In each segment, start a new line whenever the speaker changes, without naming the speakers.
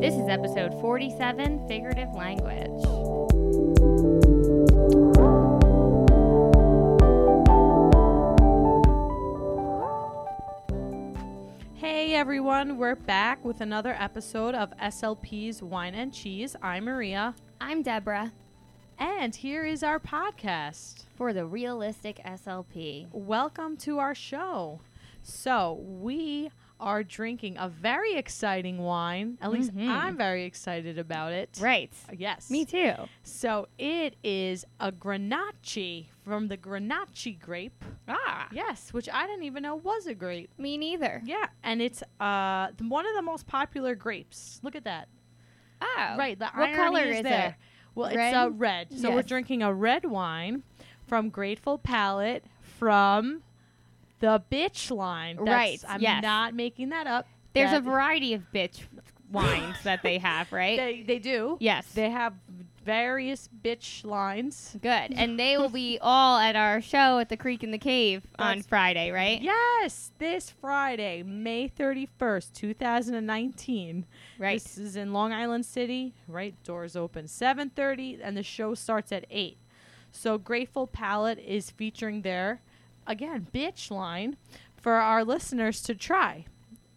This is episode 47 Figurative Language.
Hey everyone, we're back with another episode of SLP's Wine and Cheese. I'm Maria,
I'm Deborah
and here is our podcast.
for the Realistic SLP.
Welcome to our show. So, we are drinking a very exciting wine. At least
Mhm.
I'm very excited about it.
Right.
Yes.
Me too.
So, it is a Grenache from the Grenache grape.
Ah.
Yes, which I didn't even know was a grape.
Me neither.
Yeah, and it's uh th- one of the most popular grapes. Look at that.
Oh.
Right. The
What
irony
color
is,
is
there.
it?
Well,
Red?
it's uh, red. So we're
Yes.
drinking a red wine from Grateful Palate from the Bitch line.
Right,
I'm
yes.
not making that up.
There's a
That-
variety of bitch wines that they have, right?
They they do.
yes.
They have various bitch lines.
Good. And they will be all at our show at the Creek in the Cave on
That's-
Friday, right?
Yes, this Friday, May 31st, 2019.
Right.
This is in Long Island City, right? Doors open 7:30 and the show starts at 8. So Grateful Palate is featuring their again, bitch line for our listeners to try.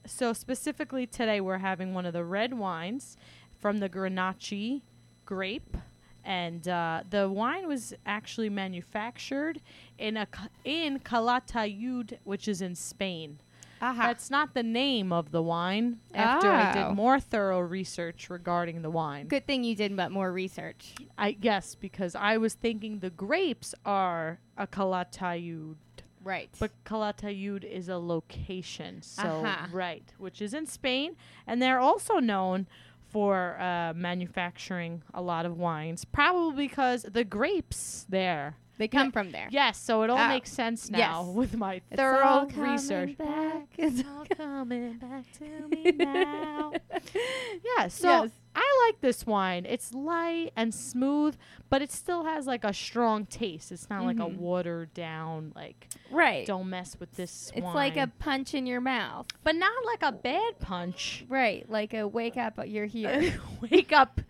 So specifically today we're having one of the red wines from the Grenache grape and uh, the wine was actually manufactured in a c- in Calatayud, which is in Spain.
Aha.
That's not the name of the wine. After I
Oh.
did more thorough research regarding the wine,
Good thing you did but more research.
I guess because I was thinking the grapes are a Calatayud,
Right.
but Calatayud is a location. So
Aha.
right, which is in Spain, and they're also known for uh, manufacturing a lot of wines, probably because the grapes there.
they come from there.
Yes, so it all
Oh.
makes sense
Yes.
now with my
It's all
thorough
coming
research.
back. It's all
coming back to me now. Yeah, so
Yes.
I like this wine. It's light and smooth, but it still has like a strong taste. It's not like a
Mhm.
watered down like
Right.
don't mess with this
it's
wine.
like a punch in your mouth.
but not like a bad punch.
Right. Like a wake up, you're here.
Wake up.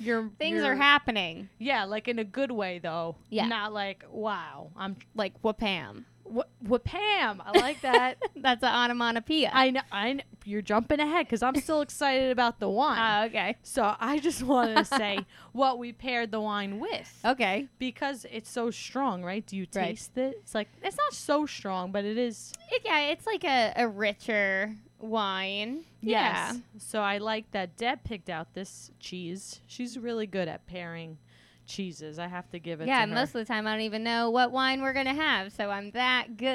Your
Things
your-
are happening.
Yeah, like in a good way though.
Yeah.
Not like wow, I'm
Like whapam.
what Pam. I like that.
That's an onomatopoeia.
I know, I know you're jumping ahead because I'm still excited about the wine.
Ah, okay.
So I just wanted to say what we paired the wine with
Okay.
because it's so strong, right? Do you
Right.
taste it? It's like it's not so strong, but it is.
It, yeah, it's like a, a richer wine. Yeah.
Yes. So I like that Deb picked out this cheese. She's really good at pairing cheeses. I have to give it
yeah,
to her.
most of the time I don't even know what wine we're gonna have, so I'm that good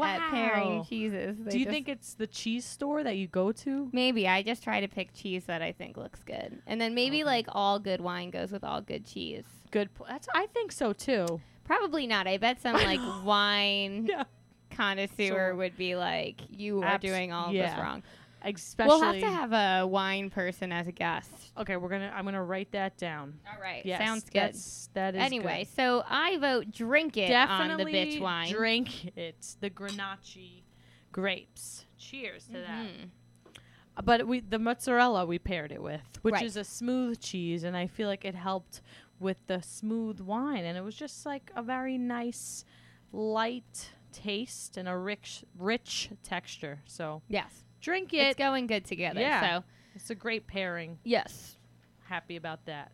at pairing
Wow.
cheeses. They
Do you
just-
think it's the cheese store that you go to?
maybe I just try to pick cheese that I think looks good, and then maybe
Okay.
like all good wine goes with all good cheese.
Good. po- That's, I think so too.
Probably not. I bet some like wine
Yeah.
connoisseur
So-
would be like, "You are
Abs-
doing all of
yeah.
this wrong."
Especially.
We'll have to have a wine person as a guest.
Okay, we're gonna. I'm gonna write that down.
All right,
Yes,
sounds good.
That's, that is good.
Anyway, so I vote drink it
definitely
on the bitch wine.
drink it. The Grenache grapes. Cheers to that.
Mhm.
Uh, But we the mozzarella we paired it with, which
Right.
is a smooth cheese, and I feel like it helped with the smooth wine, and it was just like a very nice, light taste and a rich, rich texture. So
Yes,
drink it.
it's going good together.
Yeah.
So
it's a great pairing.
yes,
happy about that.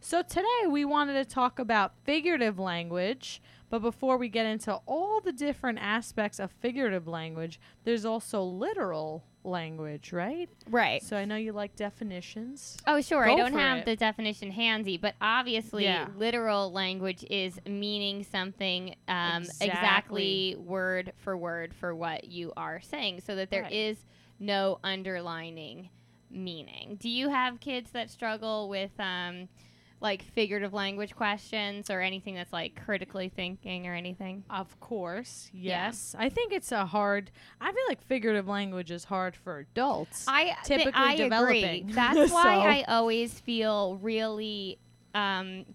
So today we wanted to talk about figurative language, but before we get into all the different aspects of figurative language, there's also literal language, right?
right.
So I know you like definitions.
Oh, sure. I
Go
don't
for
have
it.
the definition handy, but obviously,
Yeah.
literal language is meaning something um, exactly.
Exactly.
word for word for what you are saying, so that there is
Right.
no underlining meaning. Do you have kids that struggle with um, like figurative language questions or anything that's like critically thinking or anything?
Of course,
Yeah.
yes. I think it's a hard. I feel like figurative language is hard for adults.
I thi-
typically
I agree.
developing.
That's why
So-
I always feel really um,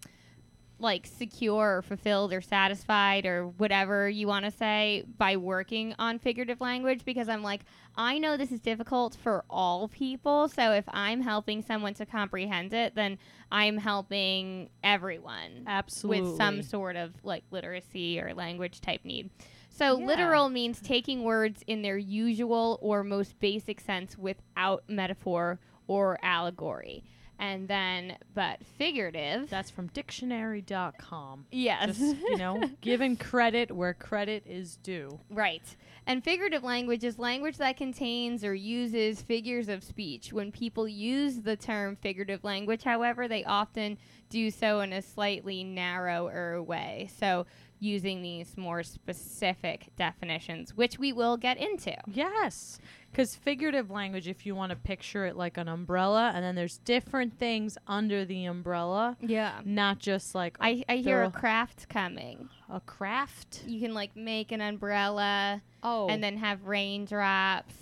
like secure or fulfilled or satisfied or whatever you want to say by working on figurative language because I'm like, I know this is difficult for all people. So if I'm helping someone to comprehend it, then I'm helping everyone
Absolutely.
with some sort of like literacy or language type need. So
Yeah.
literal means taking words in their usual or most basic sense without metaphor or allegory. And then, but figurative.
That's from dictionary.com.
yes.
Just, you know, giving credit where credit is due.
Right. And figurative language is language that contains or uses figures of speech. When people use the term figurative language, however, they often do so in a slightly narrower way. So, using these more specific definitions, which we will get into.
Yes. Because figurative language, if you want to picture it like an umbrella, and then there's different things under the umbrella,
Yeah.
not just like
I, I hear a
Thorough.
craft coming.
a craft.
You can like make an umbrella
Oh,
and then have raindrops.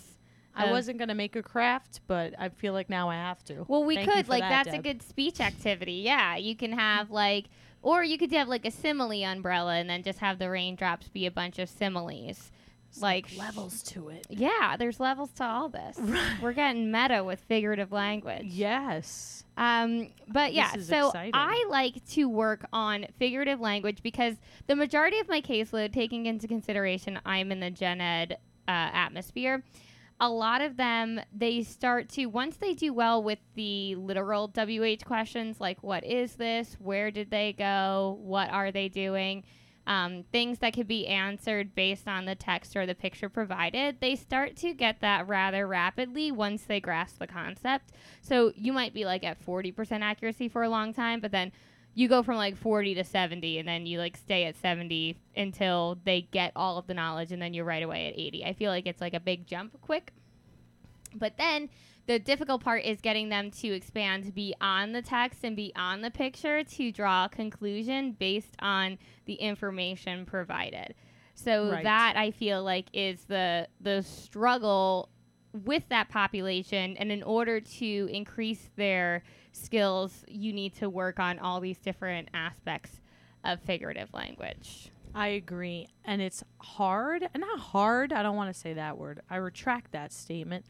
I
um,
wasn't going to make a craft, but I feel like now I have to.
Well, we
Thank you
could
for
like
that,
that's
Deb.
a good speech activity. Yeah, you can have like, or you could have like a simile umbrella, and then just have the raindrops be a bunch of similes. Like
levels to it.
Yeah, there's levels to all this.
Right.
We're getting meta with figurative language.
Yes.
Um, but yeah,
This is
so
exciting.
I like to work on figurative language because the majority of my caseload, taking into consideration I'm in the gen ed uh, atmosphere, a lot of them they start to once they do well with the literal WH questions like what is this, where did they go, what are they doing. Um, things that could be answered based on the text or the picture provided, they start to get that rather rapidly once they grasp the concept. So you might be like at 40% accuracy for a long time, but then you go from like 40 to 70 and then you like stay at 70 until they get all of the knowledge and then you're right away at 80. I feel like it's like a big jump quick. But then the difficult part is getting them to expand beyond the text and beyond the picture to draw a conclusion based on the information provided. So
Right.
that I feel like is the the struggle with that population and in order to increase their skills you need to work on all these different aspects of figurative language
I agree. And it's hard, not hard, I don't want to say that word. I retract that statement.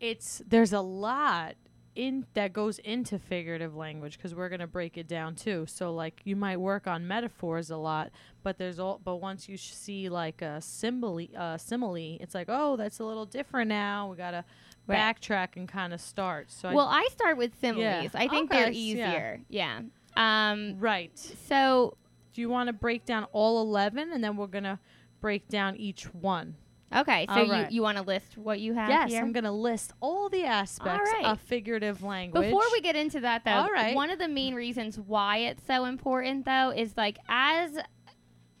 It's there's a lot in that goes into figurative language because we're going to break it down too. So like you might work on metaphors a lot, but there's all but once you sh- see like a symbol uh simile, it's like, "Oh, that's a little different now. We got to
Right.
backtrack and kind of start." So
well i start with similes
Yeah.
i think
Okay,
they're
s- yeah.
easier yeah,
I
um
right.
so
Do you want to break down all 11 and then we're going to break down each one?
okay so
All
you,
right.
you want to list what you have
Yes,
here?
I'm going to list all the aspects
right.
of figurative language.
Before we get into that, though,
All right.
one of the main reasons why it's so important, though, is like as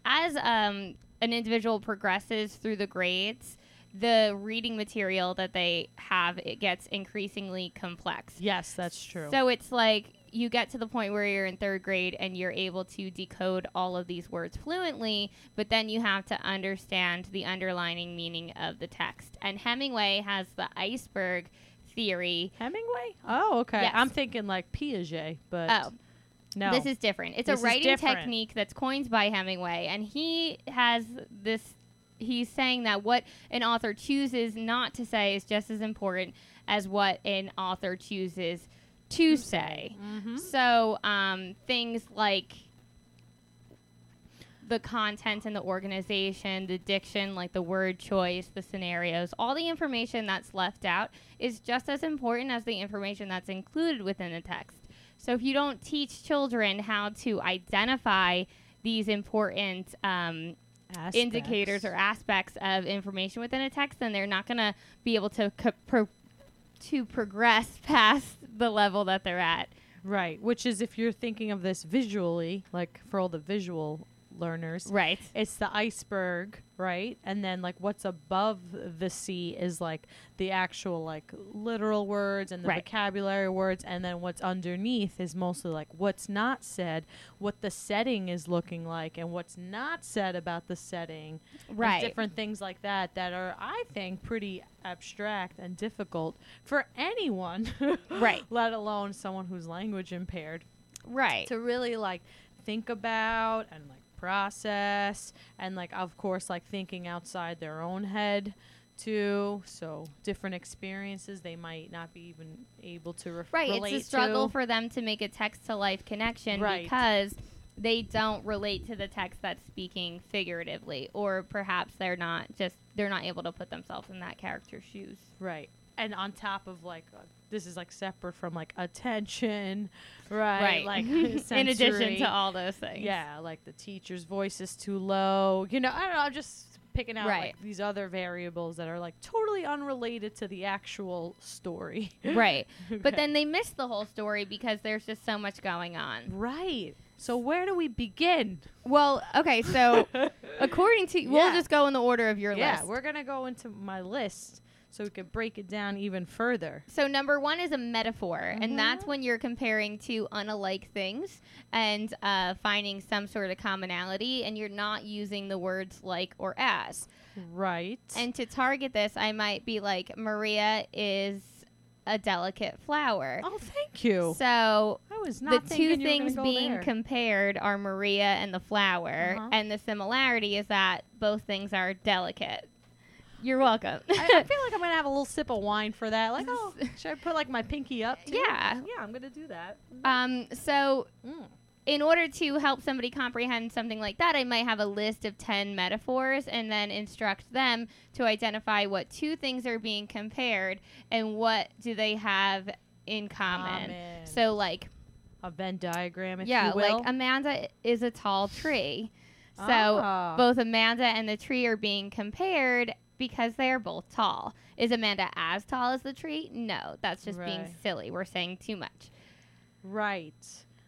as um, an individual progresses through the grades, the reading material that they have it gets increasingly complex.
yes, that's true.
So it's like you get to the point where you're in third grade and you're able to decode all of these words fluently, but then you have to understand the underlining meaning of the text. And Hemingway has the iceberg theory
Hemingway? Oh, okay.
Yes.
I'm thinking like Piaget, but
Oh.
no.
This is different. It's a
This is
writing
different.
technique that's coined by Hemingway, and he has this. He's saying that what an author chooses not to say is just as important as what an author chooses to say.
Mhm.
So um, things like the content and the organization, the diction, like the word choice, the scenarios, all the information that's left out is just as important as the information that's included within the text. So if you don't teach children how to identify these important um,
Aspects.
indicators or aspects of information within a text, then they're not going to be able to co- pro- to progress past the level that they're at.
right, which is if you're thinking of this visually, like for all the visual learners,
Right.
it's the iceberg, right? And then like what's above the sea is like the actual like literal words and the
Right.
vocabulary words and then what's underneath is mostly like what's not said, what the setting is looking like and what's not said about the setting. and
Right.
different things like that that are I think pretty abstract and difficult for anyone.
Right.
Let alone someone who's language impaired
Right.
to really like think about and like process and like of course like thinking outside their own head too so different experiences they might not be even able to ref-
Right.
relate
it's a struggle
to.
for them to make a text to life connection
Right.
because they don't relate to the text that's speaking figuratively or perhaps they're not just they're not able to put themselves in that character's shoes.
right and on top of like uh, this is like separate from like attention right, like
in addition
sensory.
to all those things.
Yeah, like the teacher's voice is too low. You know, I don't know. I'm just picking out
Right.
like these other variables that are like totally unrelated to the actual story.
Right. But
Okay.
then they miss the whole story because there's just so much going on.
right. So where do we begin?
Well, okay, so according to we'll
Yeah.
just go in the order of your
yeah,
list.
we're gonna go into my list so we could break it down even further.
So number one is a metaphor,
Mhm.
and that's when you're comparing two unalike things and uh, finding some sort of commonality, and you're not using the words like or as.
Right.
And to target this, I might be like, Maria is a delicate flower.
oh, thank you.
So
I was not
the
thinking
two
you were gonna
things
go
being
there.
compared are Maria and the flower,
Uh-huh.
and the similarity is that both things are delicate. You're welcome.
I, I feel like I'm gonna have a little sip of wine for that. Like, oh, should I put like my pinky up? Too?
Yeah.
Yeah, I'm gonna do that.
um, so
Mm.
in order to help somebody comprehend something like that, I might have a list of 10 metaphors and then instruct them to identify what two things are being compared and what do they have in common.
Amen.
So like
a Venn diagram, if
yeah,
you will.
like Amanda is a tall tree. So
Ah.
both Amanda and the tree are being compared because they are both tall. Is Amanda as tall as the tree? No, that's just being
Right.
silly. We're saying too much.
right.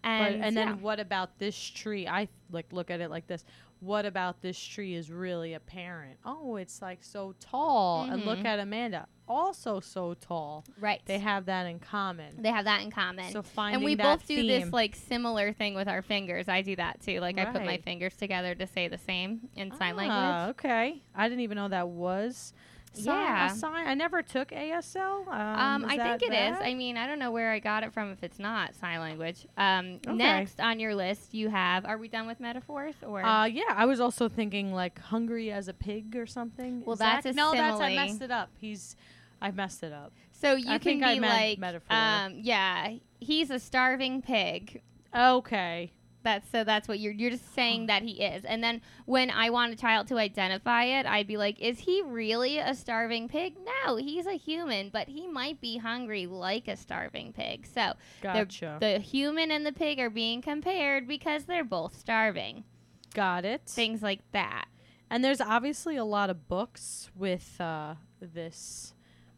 But-
And,
And, then
yeah.
what about this tree? I like look at it like this. What about this tree is really apparent? Oh, it's like so tall. And look
Mhm.
at Amanda, also so tall.
right.
They have that in common.
they have that in common.
so finding
and we
that
both do this
theme-
like similar thing with our fingers. I do that too. Like I put my
Right.
fingers together to say the same in sign
Ah,
language.
Okay, I didn't even know that was. Sign,
Yeah.
a sign. I never took ASL. Um,
Um,
is
I
that
think it is.
bad?
I mean, I don't know where I got it from if it's not sign language. Um,
Okay.
Next on your list, you have. Are we done with metaphors or?
Uh, yeah, I was also thinking like hungry as a pig or something.
Well,
Is that-
that's a
no, that's I
simile.
messed it up. He's, I messed it up.
so you
I
can
think
be
I meant
like,
metaphor.
um, yeah, he's a starving pig.
Okay,
That's so. That's what you're. You're just
Mm.
saying that he is. And then when I want a child to identify it, I'd be like, "Is he really a starving pig? No, he's a human, but he might be hungry like a starving pig. So
gotcha.
the human and the pig are being compared because they're both starving.
Got it.
Things like that.
and there's obviously a lot of books with uh, this,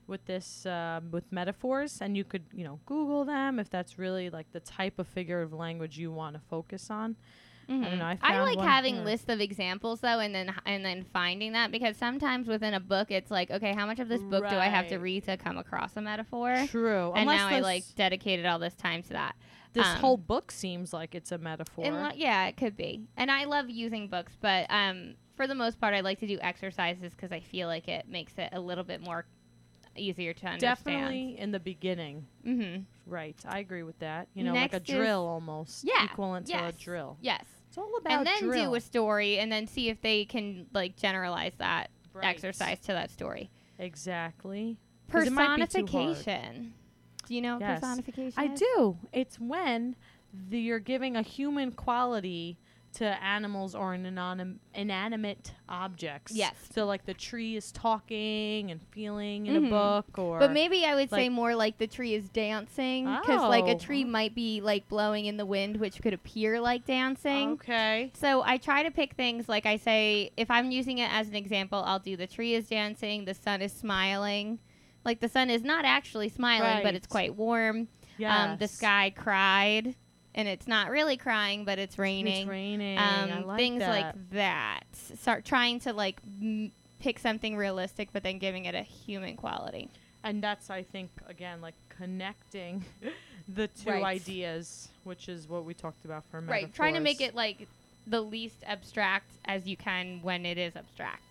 with this, uh, with metaphors, and you could you know Google them if that's really like the type of figure of language you want to focus on. I
Mhm.
don't know. I,
I
found
like
one
having
here.
lists of examples though, and then and then finding that because sometimes within a book, it's like, okay, how much of this book do I have to
Right.
read to come across a metaphor?
True.
And
Unless
now I
this-
like dedicated all this time to that.
this
um,
whole book seems like it's a metaphor.
And lo- yeah, it could be. And I love using books, but um, for the most part, I like to do exercises because I feel like it makes it a little bit more easier to understand.
Definitely in the beginning.
Mm-hmm.
Right, I agree with that. You know, like a
Next is-
drill almost.
Yeah,
equivalent to
yes.
a drill.
Yes.
It's all about
And then
drill.
do a story, and then see if they can like generalize that
Right.
exercise to that story.
Exactly. 'Cause it might be too hard.
Personification. Do you know what
Yes.
personification?
I
is?
do. It's when the, you're giving a human quality to animals or an anonym, inanimate objects.
Yes.
So like the tree is talking and feeling in a
Mhm.
book or
But maybe I would say
like-
more like the tree is dancing because like a
Oh.
tree might be like blowing in the wind, which could appear like dancing.
Okay.
So I try to pick things like I say if I'm using it as an example, I'll do the tree is dancing, the sun is smiling. Like the sun is not actually smiling, but it's
Right.
quite warm.
Yeah.
Um, the sky cried, and it's not really crying, but it's raining.
It's raining. I
Um,
like
things
that.
like that. Start trying to like m- pick something realistic, but then giving it a human quality.
and that's i think again like connecting the two
Right.
ideas which is what we talked about for metaphors.
Right, trying to make it like the least abstract as you can when it is abstract.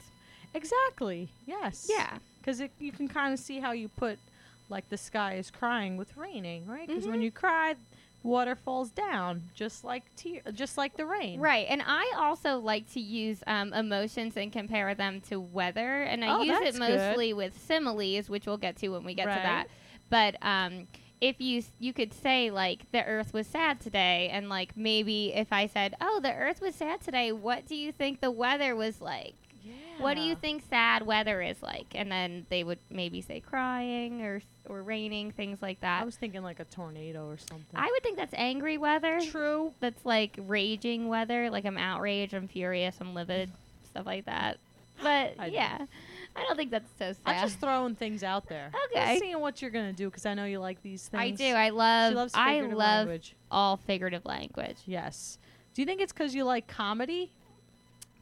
exactly yes because you
Mm-hmm.
can kind of see how you put like the sky is crying with raining right because when you cry water falls down just like tear, just like the rain.
Right, and I also like to use um, emotions and compare them to weather, and I
Oh,
use
that's
it
good.
mostly with similes, which we'll get to when we get to
Right.
that. But um, if you s- you could say like the Earth was sad today, and like maybe if I said, "Oh, the Earth was sad today," what do you think the weather was like?
Yeah.
What do
Ah.
you think sad weather is like? And then they would maybe say crying or s- or raining, things like that.
I was thinking like a tornado or something.
I would think that's angry weather
True.
that's like raging weather. Like I'm outraged, I'm furious, I'm livid, stuff like that. But
I-
yeah, I don't think that's so sad.
I'm just throwing things out there.
Okay.
Just seeing what you're gonna do because I know you like these things.
I do. I love.
She loves
I
figurative
love
language.
all figurative language.
Yes. Do you think it's because you like comedy?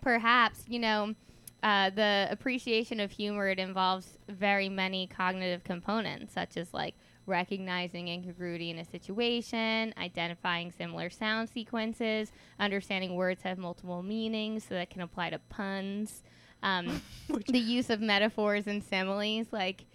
Perhaps you know, uh, the appreciation of humor it involves very many cognitive components, such as like recognizing incongruity in a situation, identifying similar sound sequences, understanding words have multiple meanings, so that can apply to puns. Um,
Which
the use of metaphors and similes, like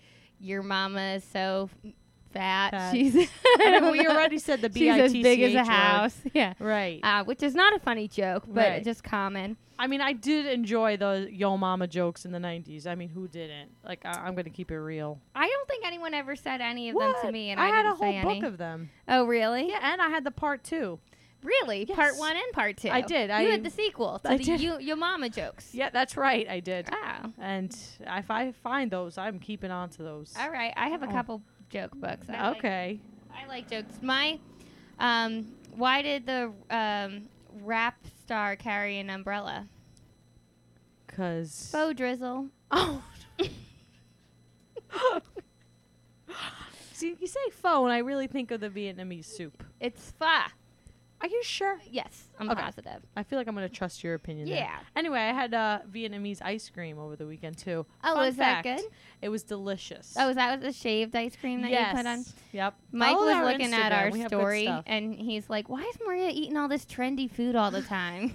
your mama is so f- fat,
Fat.
she's I
I mean,
don't
we
know.
already said the
she's as
BITCH
big as a
word.
house, yeah,
Right.
uh, which is not a funny joke, but
Right.
just common.
I mean, I did enjoy the yo mama jokes in the 90s. I mean, who didn't? Like, I- I'm going to keep it real.
I don't think anyone ever said any of them to
What?
me, and
I,
I,
had
didn't
a whole
say
book
any.
of them.
oh, really?
Yeah, and I had the part two.
Really? Part
Yes.
one and part two.
I did.
You
I-
had the sequel to
I
the
did.
You, your mama jokes.
Yeah, that's right. I did.
Wow.
And if I find those, I'm keeping on to those.
All right. I have a
Oh.
couple joke books. I like
Okay.
I like jokes. My, um, why did the um, rap star carry an umbrella?
Because.
Faux drizzle.
Oh. See, you say pho, and I really think of the Vietnamese soup.
It's fa.
Are you sure?
Yes, I'm
Okay.
positive.
I feel like I'm going to trust your opinion. there.
Yeah.
Anyway, I had uh, Vietnamese ice cream over the weekend too.
Oh,
Fun
was that
fact,
good?
It was delicious.
Oh, is that with the shaved ice cream that
yes.
you put on?
Yep.
Mike
Follow
was
our
looking at
Instagram.
our
We have good
story
stuff.
and he's like, "Why is Maria eating all this trendy food all the time?"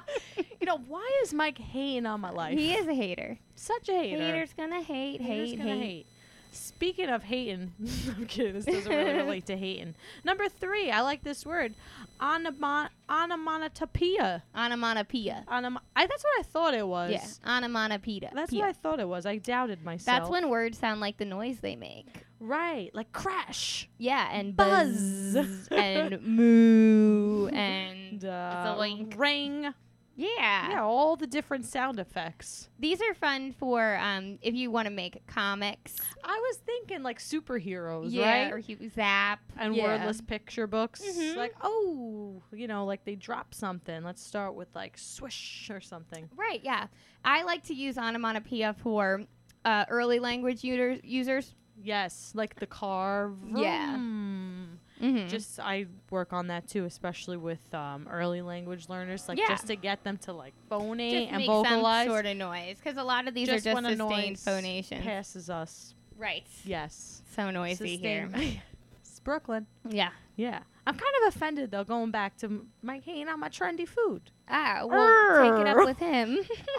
you know why is Mike hating on my life?
he is a hater.
such a hater.
Haters gonna hate,
Haters
hate,
gonna
hate.
Speaking of hating, I'm kidding. This doesn't really relate to hating. Number three, I like this word, onomon- onomatopoeia.
Onomatopoeia.
Onom- I, that's what I thought it was.
Yeah, onomatopoeia.
That's
Pia.
what I thought it was. I doubted myself.
That's when words sound like the noise they make.
right, like crash.
Yeah, and
Buzz.
buzz, and moo and
uh,
zoink.
ring.
yeah.
Yeah, all the different sound effects.
These are fun for um, if you want to make comics,
I was thinking like superheroes,
yeah,
right?
or you zap
and
yeah.
wordless picture books.
Mhm.
Like, oh, you know, like they drop something. Let's start with like swish or something.
Right, yeah. I like to use onomatopoeia for uh, early language user- users.
Yes, like the car.
Yeah.
vroom.
Mm-hmm.
Just I work on that too, especially with um, early language learners, like
Yeah.
just to get them to like phonate
Just
and
make
vocalize.
some sort of noise because a lot of these
just
are
when
just
a
sustained
noise
phonations.
passes us.
Right.
Yes,
So noisy
Sustain-
here.
it's Brooklyn.
yeah.
Yeah. I'm kind of offended though, going back to m- Mike Hayne on my trendy food.
Ah, well, take it
Arr.
up with him.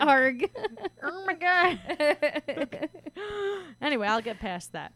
Arg.
Oh my god. anyway, I'll get past that.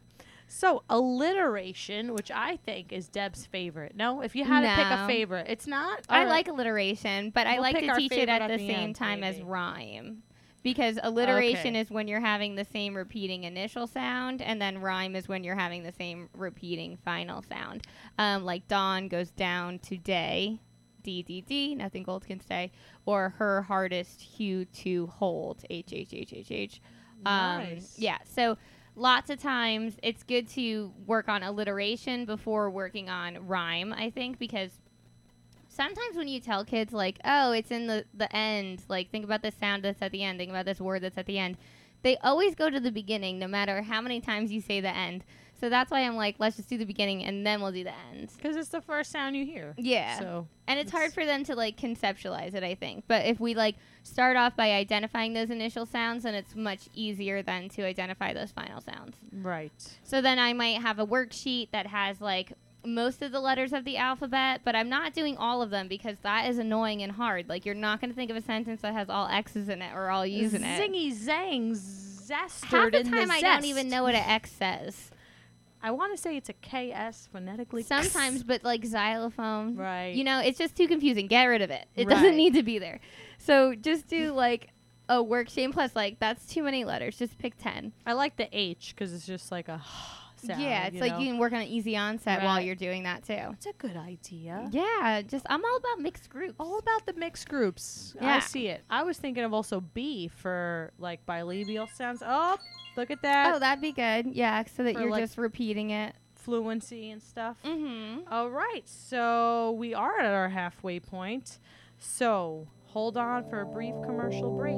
So alliteration, which I think is Deb's favorite. No, if you had to pick a
No.
favorite, it's not.
I
Alright.
like alliteration, but I
We'll
like
pick
to
our
teach it
favorite
at
at
the
the
same
end,
time as
maybe.
rhyme. Because alliteration
Okay.
is when you're having the same repeating initial sound, and then rhyme is when you're having the same repeating final sound. Um, like dawn goes down today, D D D, nothing gold can stay, or her hardest hue to hold, H H H H H. Um,
Nice.
Yeah, so lots of times it's good to work on alliteration before working on rhyme, I think, because sometimes when you tell kids like oh it's in the the end like think about the sound that's at the end think about this word that's at the end they always go to the beginning no matter how many times you say the end so that's why i'm like let's just do the beginning and then we'll do the end
because it's the first sound you hear.
yeah
So
and it's hard
it's-
for them to like conceptualize it i think but if we like start off by identifying those initial sounds then it's much easier then to identify those final sounds
right.
so then I might have a worksheet that has like most of the letters of the alphabet, but I'm not doing all of them because that is annoying and hard. Like you're not going to think of a sentence that has all X's in it or all U's in it.
Zingy zang zestered
Half the
in
time I don't even
zest.
know what an X says.
I want to say it's a KS phonetically.
Sometimes, but like xylophone.
Right.
You know, it's just too confusing. Get rid of it. It
Right.
doesn't need to be there. So just do like a worksheet. Plus, like that's too many letters. Just pick ten.
I like the H because it's just like a sound.
yeah, it's
you
like
know?
you can work on an easy onset while
Right.
you're doing that too.
It's a good idea.
Yeah, just I'm all about mixed groups.
All about the mixed groups. I
Yeah.
see it. I was thinking of also B for like bilabial sounds. Oh, look at that
oh, that'd be good. Yeah, so that
For,
you're
like-
just repeating it.
fluency and stuff.
Mm-hmm.
All right, so we are at our halfway point. So hold on for a brief commercial break.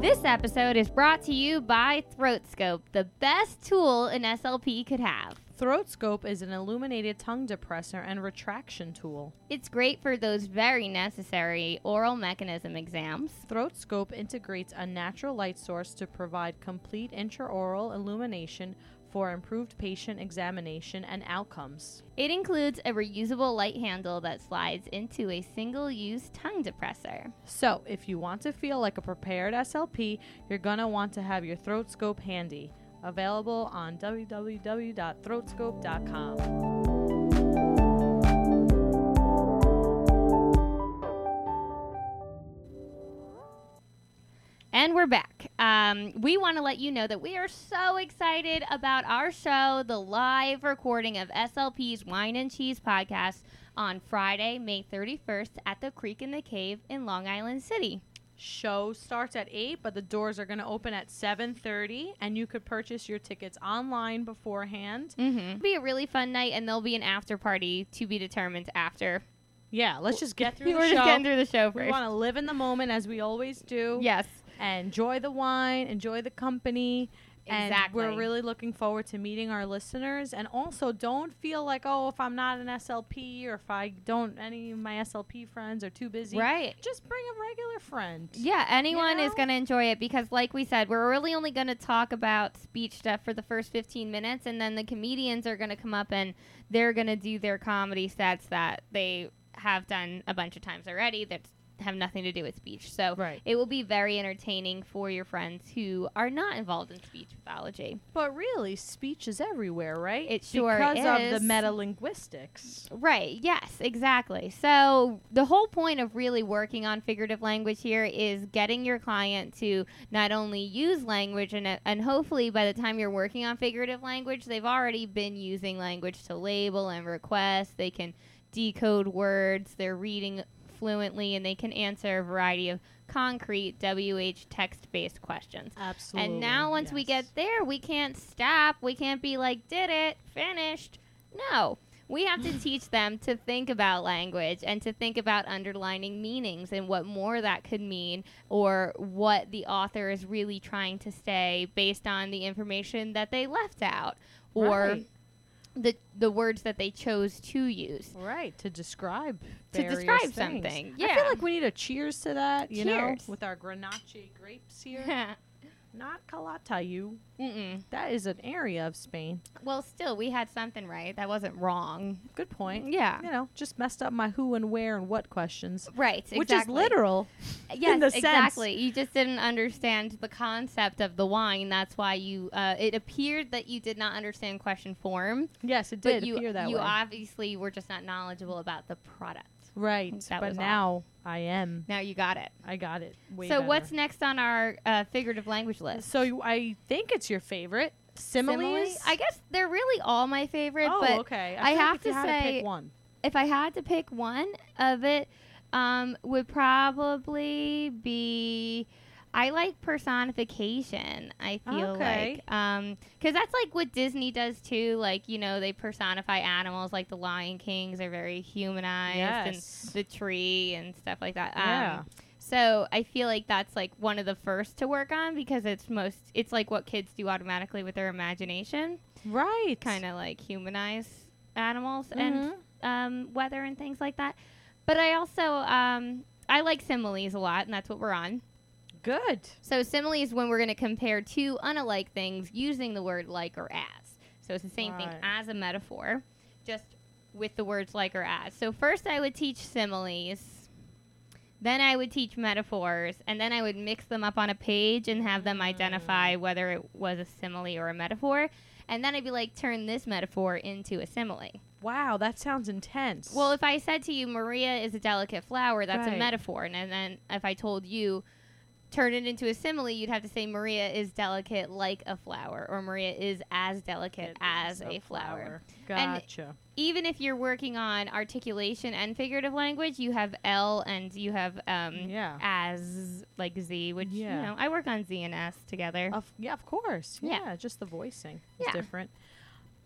This episode is brought to you by ThroatScope, the best tool an SLP could have.
Throat scope is an illuminated tongue depressor and retraction tool.
It's great for those very necessary oral mechanism exams.
Throat scope integrates a natural light source to provide complete intraoral illumination for improved patient examination and outcomes.
It includes a reusable light handle that slides into a single use tongue depressor.
So, if you want to feel like a prepared SLP, you're going to want to have your throat scope handy. Available on www.throatscope.com.
And we're back. Um, we want to let you know that we are so excited about our show, the live recording of SLP's Wine and Cheese podcast on Friday, May 31st at the Creek in the Cave in Long Island City.
show starts at 8 but the doors are going to open at 7.30 and you could purchase your tickets online beforehand
Mm-hmm. It'll be a really fun night, and there'll be an after party to be determined after.
yeah let's just get through
We're just
the show
getting through the show
we
first.
want to live in the moment as we always do
yes.
and enjoy the wine enjoy the company and we're
Exactly.
really looking forward to meeting our listeners and also don't feel like oh if i'm not an slp or if i don't any of my slp friends are too busy
Right.
just bring a regular friend
Yeah, anyone is
know?
going to enjoy it because, like we said, we're really only going to talk about speech stuff for the first 15 minutes, and then the comedians are going to come up and they're going to do their comedy sets that they have done a bunch of times already that have nothing to do with speech. So
Right.
it will be very entertaining for your friends who are not involved in speech pathology.
But really, speech is everywhere, right?
It sure
because of
is.
the metalinguistics.
Right. Yes, exactly. So the whole point of really working on figurative language here is getting your client to not only use language and uh, and hopefully by the time you're working on figurative language, they've already been using language to label and request. They can decode words. They're reading fluently and they can answer a variety of concrete WH text-based questions.
Absolutely.
And now once we get there, we can't stop. We can't be like, did it, finished. No. We have to teach them to think about language and to think about underlining meanings and what more that could mean or what the author is really trying to say based on the information that they left out or
Right.
the the words that they chose to use.
right to describe
To
various
describe
things.
something,
I
yeah.
feel like we need a cheers to that. You
Cheers.
know, with our Grenache grapes here, not Calatayud.
Mm-mm.
That is an area of Spain.
Well, still, we had something right. That wasn't wrong.
Good point.
Yeah.
You know, just messed up my who and where and what questions,
Right. Exactly.
which is literal.
Yes,
the sense.
exactly. You just didn't understand the concept of the wine. That's why you. Uh, it appeared that you did not understand question form,
Yes, it
but
did
you
appear that
you
way.
obviously were just not knowledgeable about the product.
right,
That
but
was all.
now I am.
Now you got it.
I got it. Way
so
better.
what's next on our uh, figurative language list?
So you- I think it's your favorite similes.
Similes? I guess they're really all my favorite,
Oh,
but
okay.
I
feel
have
if you
to
had
say-
pick one.
if I had to pick one of it, um, would probably be. I like personification. I feel
Okay.
like, um, because that's like what Disney does too. Like you know, they personify animals. Like the Lion Kings are very humanized,
Yes.
and the tree and stuff like that. Um,
Yeah.
So I feel like that's like one of the first to work on because it's most. It's like what kids do automatically with their imagination,
Right. Mm-hmm.
kind of like humanize animals and um, weather and things like that. But I also um, I like similes a lot, and that's what we're on.
good.
So similes when we're going to compare two unalike things using the word like or as. So it's the same thing
Right.
as a metaphor, just with the words like or as. So first, I would teach similes. Then I would teach metaphors, and then I would mix them up on a page and have them identify whether it was a simile or a metaphor. And then I'd be like, turn this metaphor into a simile.
Wow, that sounds intense.
Well, if I said to you, Maria is a delicate flower, that's
Right.
a metaphor. And, and then if I told you, turn it into a simile, you'd have to say, Maria is delicate like a flower, or Maria is as delicate
It
as
is
a flower. And-
Gotcha.
Even if you're working on articulation and figurative language, you have L and you have um,
yeah.
as, like Z, which,
Yeah. Oh,
you know, I work on Z and S together.
Of, yeah, of course. Yeah,
Yeah.
just the voicing is
Yeah.
different.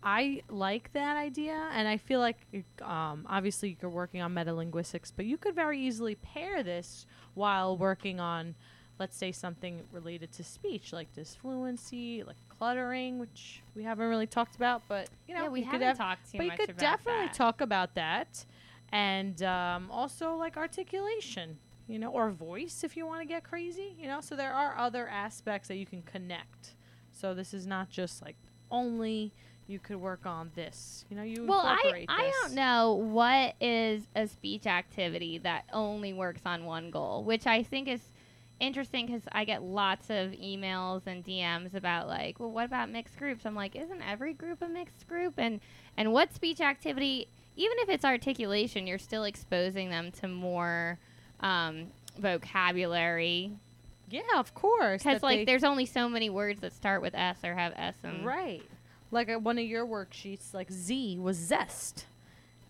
I like that idea, and I feel like um, obviously you're working on metalinguistics, but you could very easily pair this while working on, let's say, something related to speech, like disfluency, like cluttering, which we haven't really talked about, but you know,
yeah, we
you could
haven't
have,
talked too
but you
much
could
about
definitely
that.
talk about that, and um, also like articulation, you know, or voice if you want to get crazy, you know. So there are other aspects that you can connect. So this is not just like only you could work on this, you know. You
Well, I,
incorporate
I
this.
don't know what is a speech activity that only works on one goal, which I think is interesting because I get lots of emails and DMs about like, well, what about mixed groups? I'm like, isn't every group a mixed group? And and what speech activity, even if it's articulation, you're still exposing them to more um, vocabulary
Yeah, of course.
because
that
like
they-
there's only so many words that start with S or have S and
Right. Like at one of your worksheets, like Z was zest,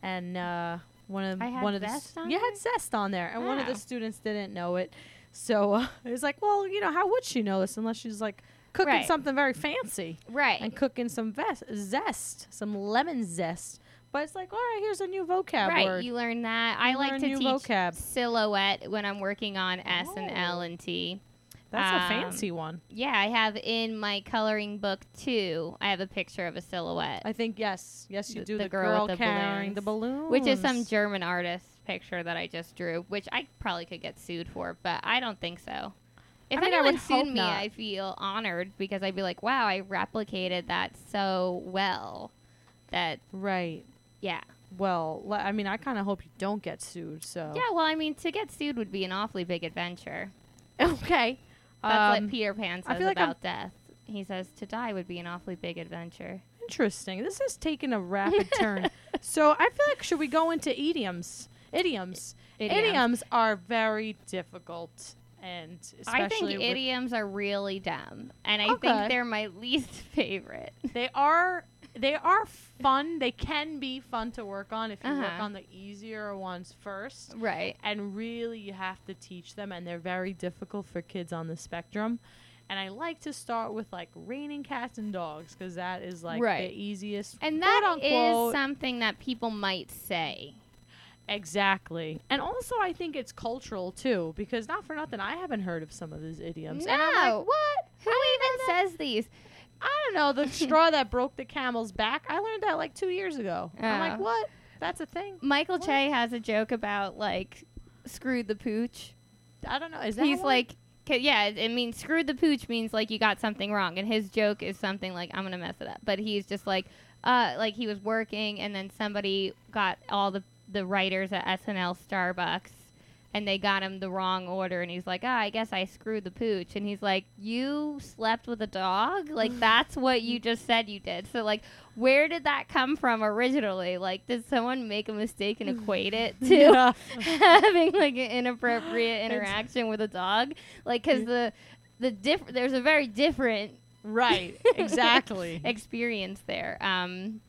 and uh, one of
I had
one of the
zest
stu-
on
you
there?
had zest on there, and one of the
Oh.
students didn't know it, so uh, it was like, well, you know, how would she know this unless she's like cooking
Right. Eh.
something very fancy
right.
and cooking some vest- zest, some lemon zest. But it's like, all right, here's a new vocab
right,
word.
you learn that. I
You
like
learn
to
new
teach
vocab.
silhouette when I'm working on S and
Oh.
L and T.
That's a
um,
fancy one.
Yeah, I have in my coloring book too. I have a picture of a silhouette,
I think yes, yes, you
the-
do. The,
the girl
girl,
with the
carrying the balloon,
which is some German artist's picture that I just drew, which I probably could get sued for, but I don't think so. If
I mean, I
anyone
would hope
sued me,
not.
I feel honored because I'd be like, "Wow, I replicated that so well." That
right.
yeah,
Well, le- I mean, I kind of hope you don't get sued. So
yeah. Well, I mean, to get sued would be an awfully big adventure.
Okay.
That's
Um,
what Peter Pan
I
says
feel like I'm-
about death. He says to die would be an awfully big adventure.
interesting. This has taken a rapid turn. So I feel like should we go into idioms? Idioms. Idioms, are very difficult, and especially
I think
with-
idioms are really dumb, and I
Okay.
think they're my least favorite.
they are they are fun. They can be fun to work on if you work
Uh-huh.
on the easier ones first.
Right.
and really you have to teach them and they're very difficult for kids on the spectrum and i like to start with like raining cats and dogs because that is like
Right.
the easiest
And that
quote,
is
unquote.
something that people might say.
exactly and also i think it's cultural too because not for nothing i haven't heard of some of these idioms and i'm like
what? Who even says these?
i don't know the straw that broke the camel's back i learned that like two years ago i'm like
Oh.
what that's a thing
Michael
What?
Che has a joke about like screwed the pooch.
i don't know is that
He's
one?
like, 'ca- yeah, it it means screwed the pooch means like you got something wrong, and his joke is something like I'm gonna mess it up, but he's just like, uh, like he was working, and then somebody got all the the writers at SNL Starbucks, and they got him the wrong order, and he's like, ah, I guess I screwed the pooch, and he's like, you slept with a dog, like that's what you just said you did, so like, where did that come from originally? Like, did someone make a mistake and equate it to?
yeah.
having like an inappropriate
It's-
interaction with a dog like because the the diff there's a very different
right exactly
experience there um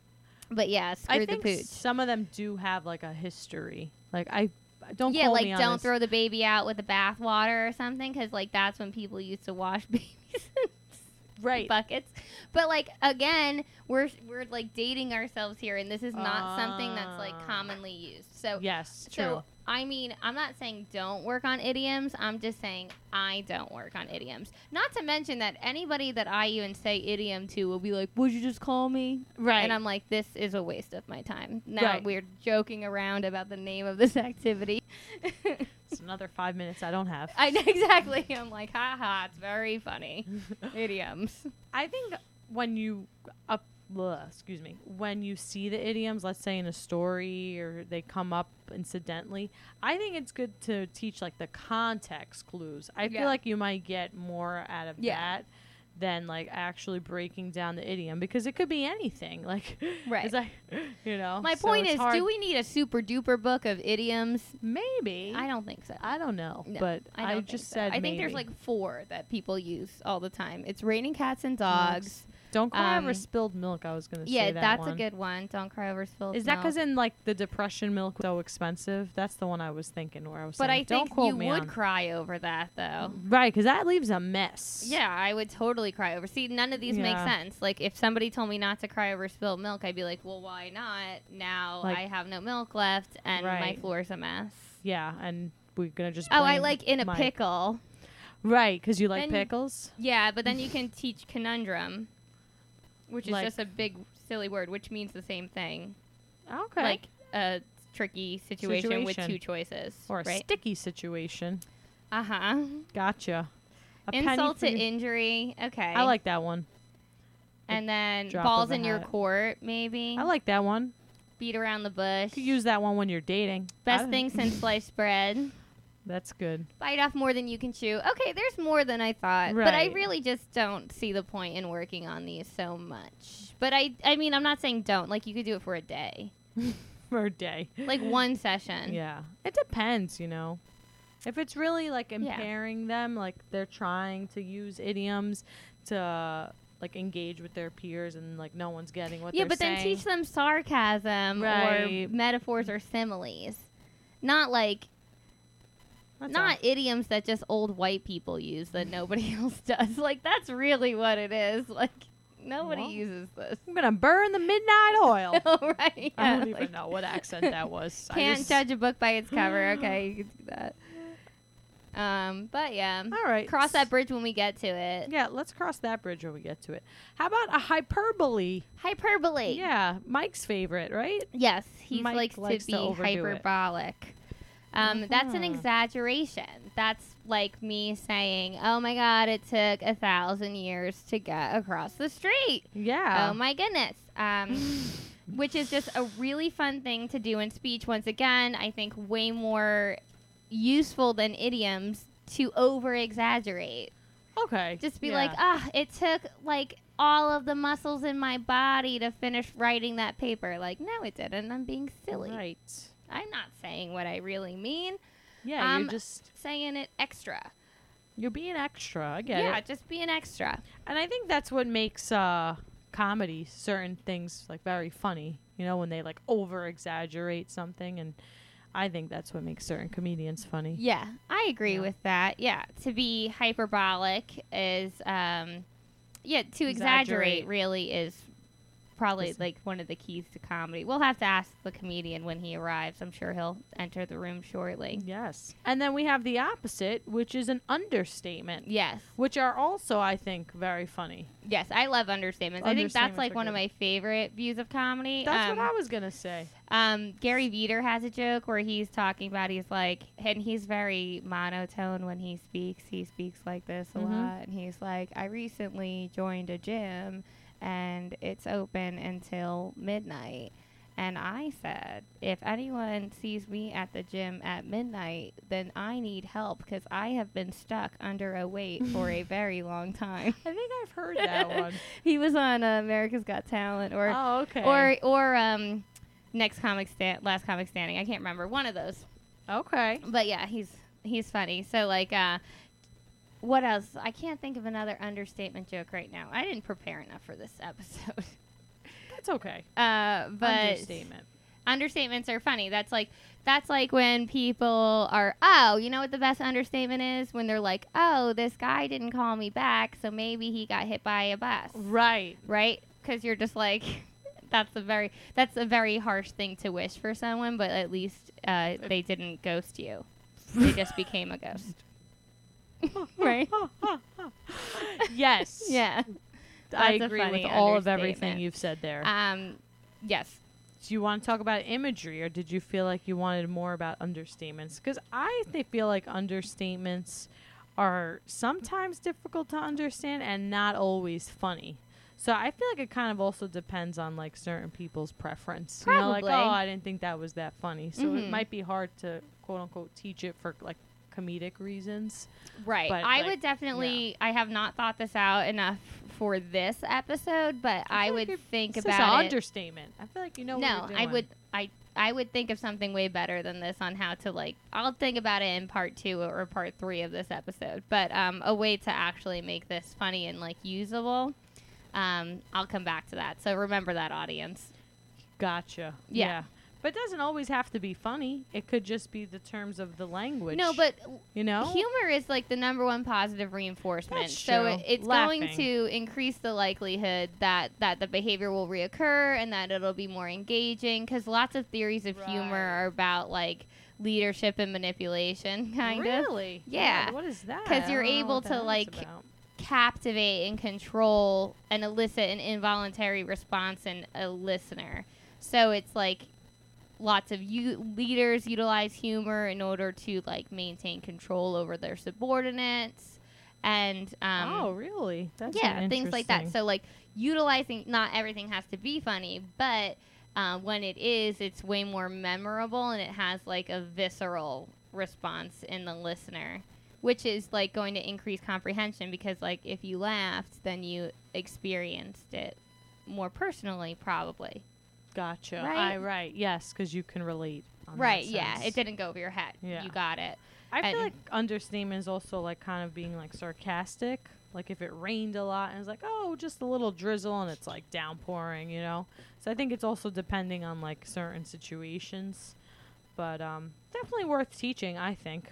but yeah
I
screw the
think
pooch
some of them do have like a history. Like I don't
yeah
quote
like
me
don't
on this.
throw the baby out with the bathwater or something because like that's when people used to wash babies in
right.
buckets but like again we're we're like dating ourselves here and this is not something that's like
Ah.
commonly used so
yes, true.
So, I mean, I'm not saying don't work on idioms. I'm just saying I don't work on idioms. Not to mention that anybody that I even say idiom to will be like, Would you just call me?
right.
And I'm like, This is a waste of my time. Now
Right.
we're joking around about the name of this activity.
it's another five minutes I don't have.
I know exactly. I'm like, Ha ha, it's very funny. Idioms.
I think when you up bleh, excuse me, when you see the idioms, let's say in a story or they come up incidentally, I think it's good to teach like the context clues. I
Yeah.
feel like you might get more out of
Yeah.
that than like actually breaking down the idiom because it could be anything. Like,
Right.
it's like, you know,
My
Oh, so
point
it's
is,
hard-
do we need a super duper book of idioms?
maybe?
I don't think so.
I don't know,
No,
but
I,
I,
don't think
just
so.
said
I think there's
maybe.
like four that people use all the time. It's raining cats and dogs.
don't cry over
um,
spilled milk. I was gonna
Yeah,
say that
that's
one.
a good one. Don't cry over spilled
Is that because
milk.
in like the depression milk was so expensive? That's the one I was thinking where I was.
But
saying,
I
don't
think
quote
you
me
would
on. Mm.
cry over that though.
right because that leaves a mess.
Yeah, I would totally cry over. See, none of these make
Yeah.
sense. Like, if somebody told me not to cry over spilled milk, I'd be like, "Well, why not?" Now
Like-
I have no milk left, and my
Right.
floor's a mess.
yeah, and we're gonna just.
Oh, I
blame
like in a
my-
pickle.
Right, because you like
Then-
pickles.
Yeah, but then you can teach conundrum, which is
Like-
just a big silly word, which means the same thing,
Okay.
like a tricky situation, with
Situation.
two choices,
or Uh-huh. a
right?
sticky situation.
uh huh.
Gotcha. A penny
Insult
for
to
your-
injury. Okay.
I like that one.
And then
drop
balls
of a
in your
hat.
court, maybe.
I like that one.
beat around the bush.
You could use that one when you're dating. I
Best
don't-
thing since sliced bread.
That's good.
Bite off more than you can chew. Okay, there's more than I thought, but I
Right.
really just don't see the point in working on these so much. But I, I mean, I'm not saying don't. Like you could do it for a day,
for a day.
like one session.
Yeah. It depends, you know. If it's really like impairing them, like they're trying to use idioms to like engage with their peers and like no one's getting what
yeah,
they're
but then
saying.
teach them sarcasm or
Right.
metaphors or similes, not like
That's
not idioms that just old white people use that nobody else does. Like that's really what it is. Like nobody
Well.
uses this.
all. I'm gonna burn the midnight oil.
Oh right.
I
yeah,
don't even
like-
know what accent that was. I
Can't
just-
judge a book by its cover. Okay, you can do that. Um, but yeah,
All right.
cross that bridge when we get to it.
Yeah, let's cross that bridge when we get to it. How about a hyperbole?
Hyperbole.
Yeah, Mike's favorite, right?
Yes, he
Mike
likes
likes
to
to
be
overdo it.
hyperbolic. Um, That's an
Mhm.
exaggeration. That's like me saying, "Oh my God, it took a thousand years to get across the street."
Yeah.
Oh my goodness. Um, which is just a really fun thing to do in speech. Once again, I think way more useful than idioms to over exaggerate.
okay.
Just be
yeah.
like, ah, it took like all of the muscles in my body to finish writing that paper. Like, no, it didn't. I'm being silly.
Right.
I'm not saying what I really mean,
Yeah,
Um,
you're just
saying it extra.
you're being extra. I get it.
Yeah, just be an extra.
And I think that's what makes uh, comedy certain things like very funny. You know, when they like over exaggerate something, and I think that's what makes certain comedians funny.
Yeah, I agree
Mm-hmm. Yeah.
with that. Yeah, to be hyperbolic is, um, yeah, to exaggerate
Exaggerate.
really is probably
Listen.
like one of the keys to comedy. We'll have to ask the comedian when he arrives. I'm sure he'll enter the room
Mm-hmm.
shortly.
Yes. And then we have the opposite, which is an understatement,
Yes,
which are also I think very funny.
yes, I love understatements. I think that's
Understatements
like
are
one of
good.
my favorite views of comedy.
That's
um,
what I was gonna say.
Um, Gary Veter has a joke where he's talking about he's like, and he's very monotone when he speaks. He speaks like this a
Mhm.
lot, and he's like, I recently joined a gym, and it's open until midnight. And I said, if anyone sees me at the gym at midnight, then I need help because I have been stuck under a weight for a very long time.
I think I've heard that one.
He was on uh, America's Got Talent, or
Oh, okay.
or or um next comic stand last comic standing i can't remember one of those
okay.
but yeah he's he's funny so like uh what else i can't think of another understatement joke right now i didn't prepare enough for this episode
That's okay.
uh but
understatement.
understatements are funny that's like that's like when people are oh you know what the best understatement is when they're like oh this guy didn't call me back so maybe he got hit by a bus
Right.
right? Because you're just like, that's a very that's a very harsh thing to wish for someone, but at least uh, they didn't ghost you. They just became a ghost, right?
yes.
Yeah.
I
That's a
agree with
funny
all of
understatement.
everything you've said there.
Um, yes.
do you want to talk about imagery or did you feel like you wanted more about understatements because i th- feel like understatements are sometimes difficult to understand and not always funny So I feel like it kind of also depends on like certain people's preference. You know, like,
Probably.
oh, I didn't think that was that funny. So
Mhm.
it might be hard to quote unquote teach it for like comedic reasons.
Right.
But,
I
like,
would definitely. I have not thought this out enough for this episode, but I,
I feel like
would
you're-
think
It's
about
an
it.
understatement. I feel like you know.
no,
what you're
I
doing.
would. I I would think of something way better than this on how to like. I'll think about it in part two or part three of this episode. But um, a way to actually make this funny and like usable. Um, I'll come back to that. So remember that audience.
Gotcha.
Yeah.
But it doesn't always have to be funny. It could just be the terms of the language.
no, but
you know,
humor is like the number one positive reinforcement
That's
so
true.
it, it's going
Laughing.
to increase the likelihood that that the behavior will reoccur and that it'll be more engaging because lots of theories of humor
Right.
are about like leadership and manipulation kind
really?
of Yeah.
What is that?
'Cause
I
you're
don't know
able
what
to,
that is
like,
about.
captivate and control and elicit an involuntary response in a listener so it's like lots of you leaders utilize humor in order to like maintain control over their subordinates and um,
oh, really? That's
yeah things like that so like utilizing not everything has to be funny but uh, when it is it's way more memorable and it has like a visceral response in the listener which is like going to increase comprehension because like if you laughed then you experienced it more personally probably
gotcha.
Right?
I right. Yes, because you can relate. on that
right yeah
sense.
it didn't go over your head
Yeah.
you got it
I feel
and-
like understatement is also like kind of being like sarcastic. Like if it rained a lot and it's like, oh, just a little drizzle and it's like downpouring, you know? So I think it's also depending on like certain situations. But um definitely worth teaching, I think.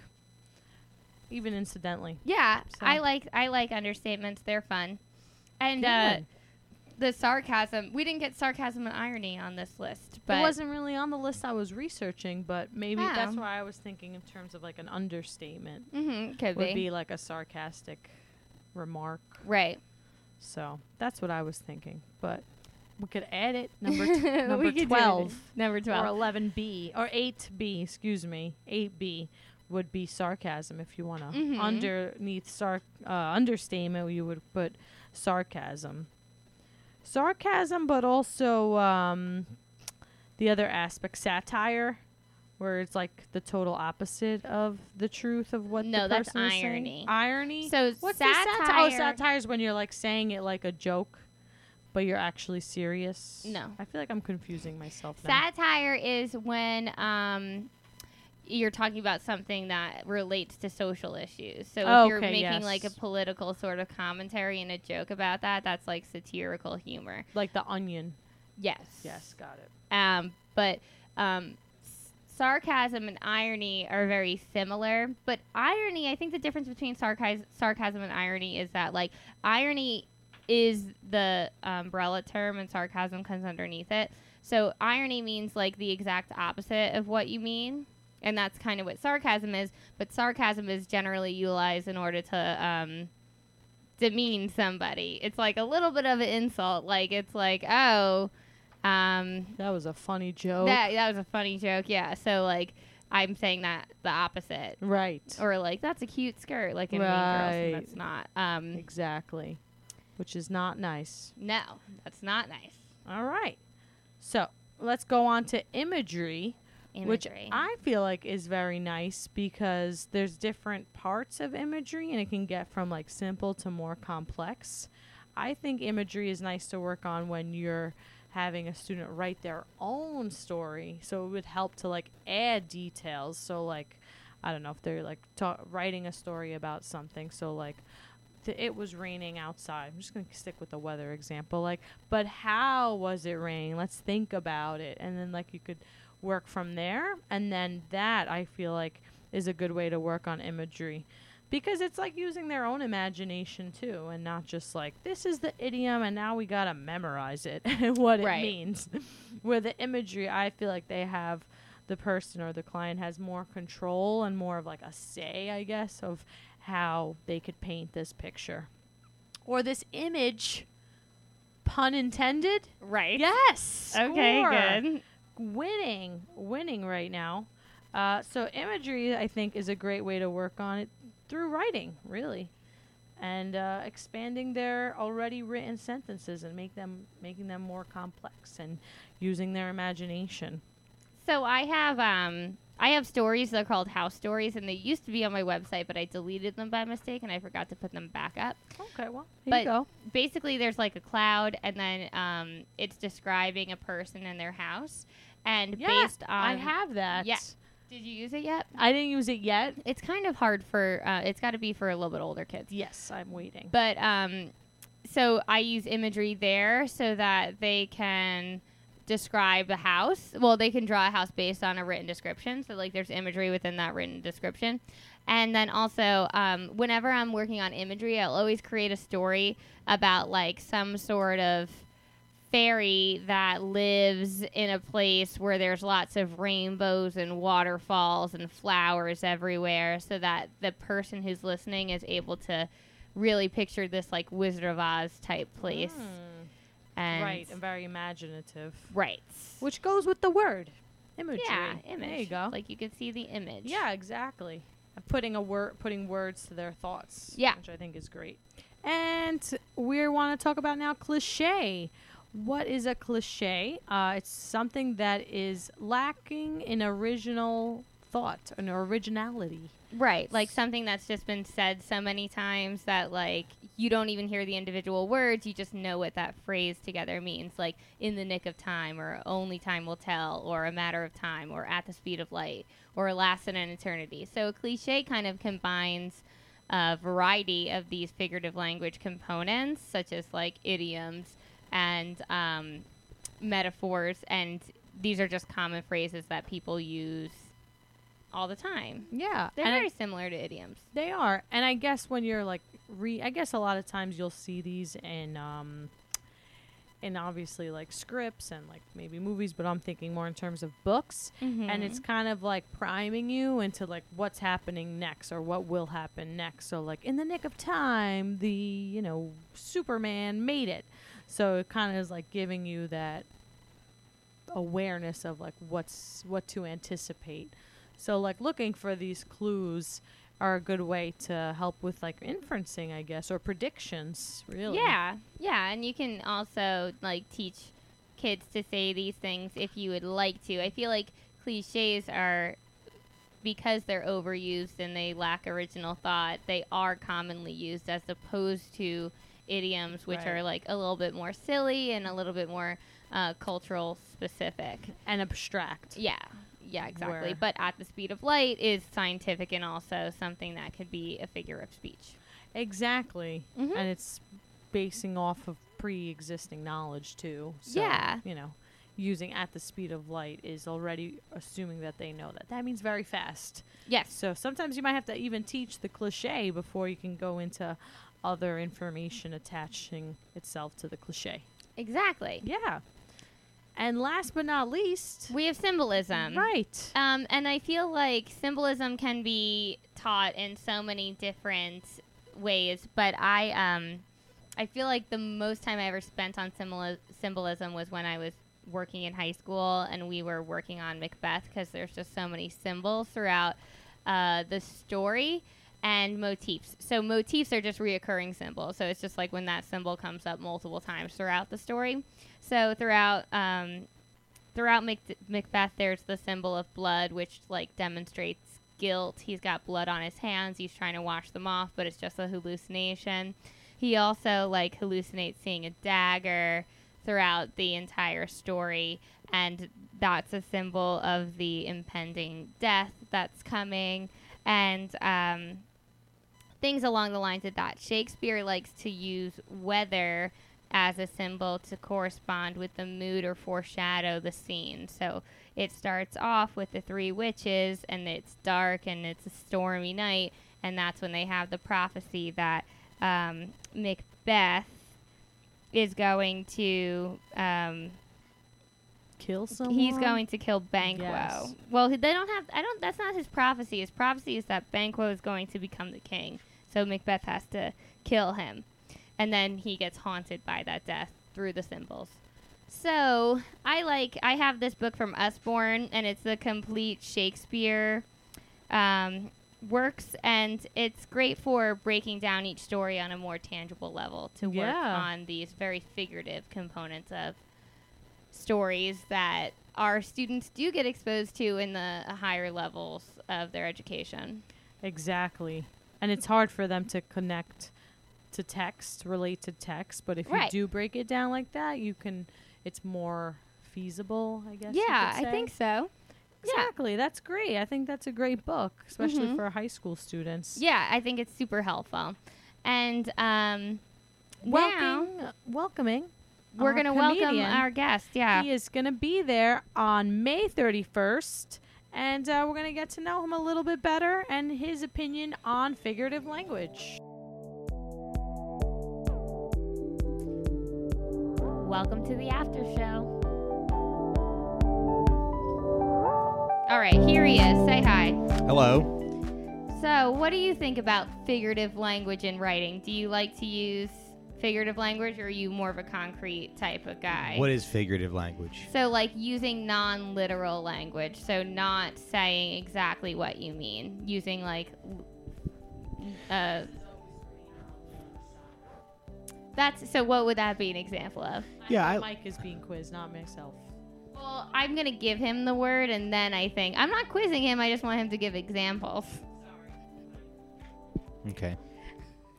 Even incidentally.
yeah
So-
i like i like understatements they're fun and uh
Good.
the sarcasm. We didn't get sarcasm and irony on this list, but
it wasn't really on the list I was researching, but maybe
Oh.
that's why I was thinking in terms of like an understatement
Mhm, could
would
be.
be like a sarcastic remark.
right.
So that's what I was thinking. But we could add it number t- number
could do it.
twelve
Number
or
twelve.
eleven B or eight B. Excuse me, eight B would be sarcasm if you want to
Mhm.
underneath sar- uh, understatement you would put sarcasm sarcasm but also um, the other aspect satire where it's like the total opposite of the truth of what
No,
the
that's
person is saying.
irony.
irony
So
What's
satire.
The satire? Oh, satire is when you're like saying it like a joke, but you're actually serious.
No.
I feel like I'm confusing myself now.
Satire is when um, you're talking about something that relates to social issues. So
Oh,
if you're
okay,
making like a
yes.
political sort of commentary and a joke about that, that's like satirical humor.
Like the onion.
Yes.
Yes, got it.
Um, but um, s- sarcasm and irony are very similar. But irony, I think the difference between sarcasm, sarcasm and irony is that like irony is the umbrella term, and sarcasm comes underneath it. So irony means like the exact opposite of what you mean. And that's kind of what sarcasm is, but sarcasm is generally utilized in order to um, demean somebody. It's like a little bit of an insult. Like it's like, oh, um,
That was a funny joke.
that that was a funny joke. Yeah. So like I'm saying that the opposite,
right.
or like that's a cute skirt, like in Mean Girls, and
Right.
that's not. Um,
exactly. Which is not nice.
no, that's not nice.
All right. So let's go on to imagery. which
Imagery.
I feel like is very nice because there's different parts of imagery and it can get from like simple to more complex. I think imagery is nice to work on when you're having a student write their own story. So it would help to like add details. So like I don't know if they're like ta- writing a story about something. So like th- it was raining outside. I'm just going to stick with the weather example. Like, but how was it raining? Let's think about it. And then, like, you could work from there. And then that I feel like is a good way to work on imagery because it's like using their own imagination too and not just like this is the idiom and now we got to memorize it and what
Right.
it means. Where the imagery, I feel like they have the person or the client has more control and more of like a say, I guess, of how they could paint this picture or this image. Pun intended.
right.
Yes.
Okay.
score.
Good.
Winning, winning right now. Uh, so imagery, I think, is a great way to work on it through writing, really. and uh, expanding their already written sentences and make them making them more complex and using their imagination.
So I have um I have stories that are called house stories and they used to be on my website but I deleted them by mistake and I forgot to put them back up.
Okay, well, here
But-
you go.
Basically there's like a cloud and then um it's describing a person in their house and
Yeah,
based on
I have that.
yeah. Did you use it yet?
I didn't use it yet.
It's kind of hard for uh, it's got to be for a little bit older kids.
Yes, I'm waiting.
But um, so I use imagery there so that they can describe the house. Well, they can draw a house based on a written description. So like, there's imagery within that written description. And then also, um, whenever I'm working on imagery, I'll always create a story about like some sort of fairy that lives in a place where there's lots of rainbows and waterfalls and flowers everywhere so that the person who's listening is able to really picture this like Wizard of Oz type place.
Mm,
And
right, and very imaginative,
Right.
which goes with the word imagery.
yeah, image.
There you go.
Like you could see the image.
Yeah, exactly. And Putting a word, putting words to their thoughts.
Yeah.
which I think is great. And we want to talk about now cliche. What is a cliche? Uh, it's something that is lacking in original thought, an originality.
Right. Like something that's just been said so many times that like you don't even hear the individual words, you just know what that phrase together means, like in the nick of time or only time will tell or a matter of time or at the speed of light or last in an eternity. So a cliche kind of combines a variety of these figurative language components, such as like idioms and um, metaphors, and these are just common phrases that people use all the time.
Yeah,
They're
and I-
very similar to idioms.
They are, and I guess when you're like re, I guess a lot of times you'll see these in, um, in obviously like scripts and like maybe movies, but I'm thinking more in terms of books,
Mm-hmm.
and it's kind of like priming you into like what's happening next or what will happen next. So like in the nick of time, the you know Superman made it, so it kind of is like giving you that awareness of like what's what to anticipate. So like looking for these clues are a good way to help with like inferencing, I guess, or predictions, really.
Yeah, yeah, and you can also like teach kids to say these things if you would like to. I feel like cliches are because they're overused and they lack original thought. They are commonly used as opposed to idioms, which
Right.
are like a little bit more silly and a little bit more uh, cultural specific.
And abstract.
Yeah. Yeah, exactly.
Where-
But at the speed of light is scientific and also something that could be a figure of speech.
Exactly.
Mhm.
And it's basing off of pre existing knowledge too. So
Yeah.
you know, using at the speed of light is already assuming that they know that. That means very fast.
Yes.
So sometimes you might have to even teach the cliche before you can go into other information attaching itself to the cliche.
Exactly.
Yeah. And last but not least,
We have symbolism.
right.
Um, and I feel like symbolism can be taught in so many different ways, but I um, I feel like the most time I ever spent on symboli- symbolism was when I was working in high school and we were working on Macbeth because there's just so many symbols throughout uh, the story and motifs. So motifs are just reoccurring symbols. So it's just like when that symbol comes up multiple times throughout the story. So throughout um, throughout Mac- Macbeth, there's the symbol of blood, which like demonstrates guilt. He's got blood on his hands. He's trying to wash them off, but it's just a hallucination. He also like hallucinates seeing a dagger throughout the entire story, and that's a symbol of the impending death that's coming, and um, things along the lines of that. Shakespeare likes to use weather as a symbol to correspond with the mood or foreshadow the scene. So it starts off with the three witches, and it's dark and it's a stormy night, and that's when they have the prophecy that um, Macbeth is going to um,
Kill someone.
he's going to kill Banquo.
Yes.
Well, he- they don't have. I don't. That's not his prophecy. His prophecy is that Banquo is going to become the king. So Macbeth has to kill him, and then he gets haunted by that death through the symbols. So I like. I have this book from Usborne, and it's the complete Shakespeare um, works and it's great for breaking down each story on a more tangible level to work
Yeah.
on these very figurative components of stories that our students do get exposed to in the higher levels of their education.
Exactly. And it's hard for them to connect to text, relate to text, but if
Right.
you do break it down like that, you can it's more feasible, I guess. you
yeah,
could
I
say.
think so. yeah.
Exactly. That's great. I think that's a great book, especially
Mhm.
for high school students.
Yeah, I think it's super helpful. And um, now
Welcoming, welcoming.
we're
our
going to welcome
comedian.
our guest. Yeah.
He is going to be there on May 31st, and uh, we're going to get to know him a little bit better and his opinion on figurative language.
Welcome to the after show. All right, here he is. Say hi.
Hello.
So, what do you think about figurative language in writing? Do you like to use figurative language or are you more of a concrete type of guy?
What is figurative language?
so, like using non literal language, so not saying exactly what you mean, using like. l- Uh, that's so. What would that be an example of?
Yeah, I-
Mike is being quizzed, not myself.
Well, I'm gonna give him the word, and then I think I'm not quizzing him. I just want him to give examples.
Okay.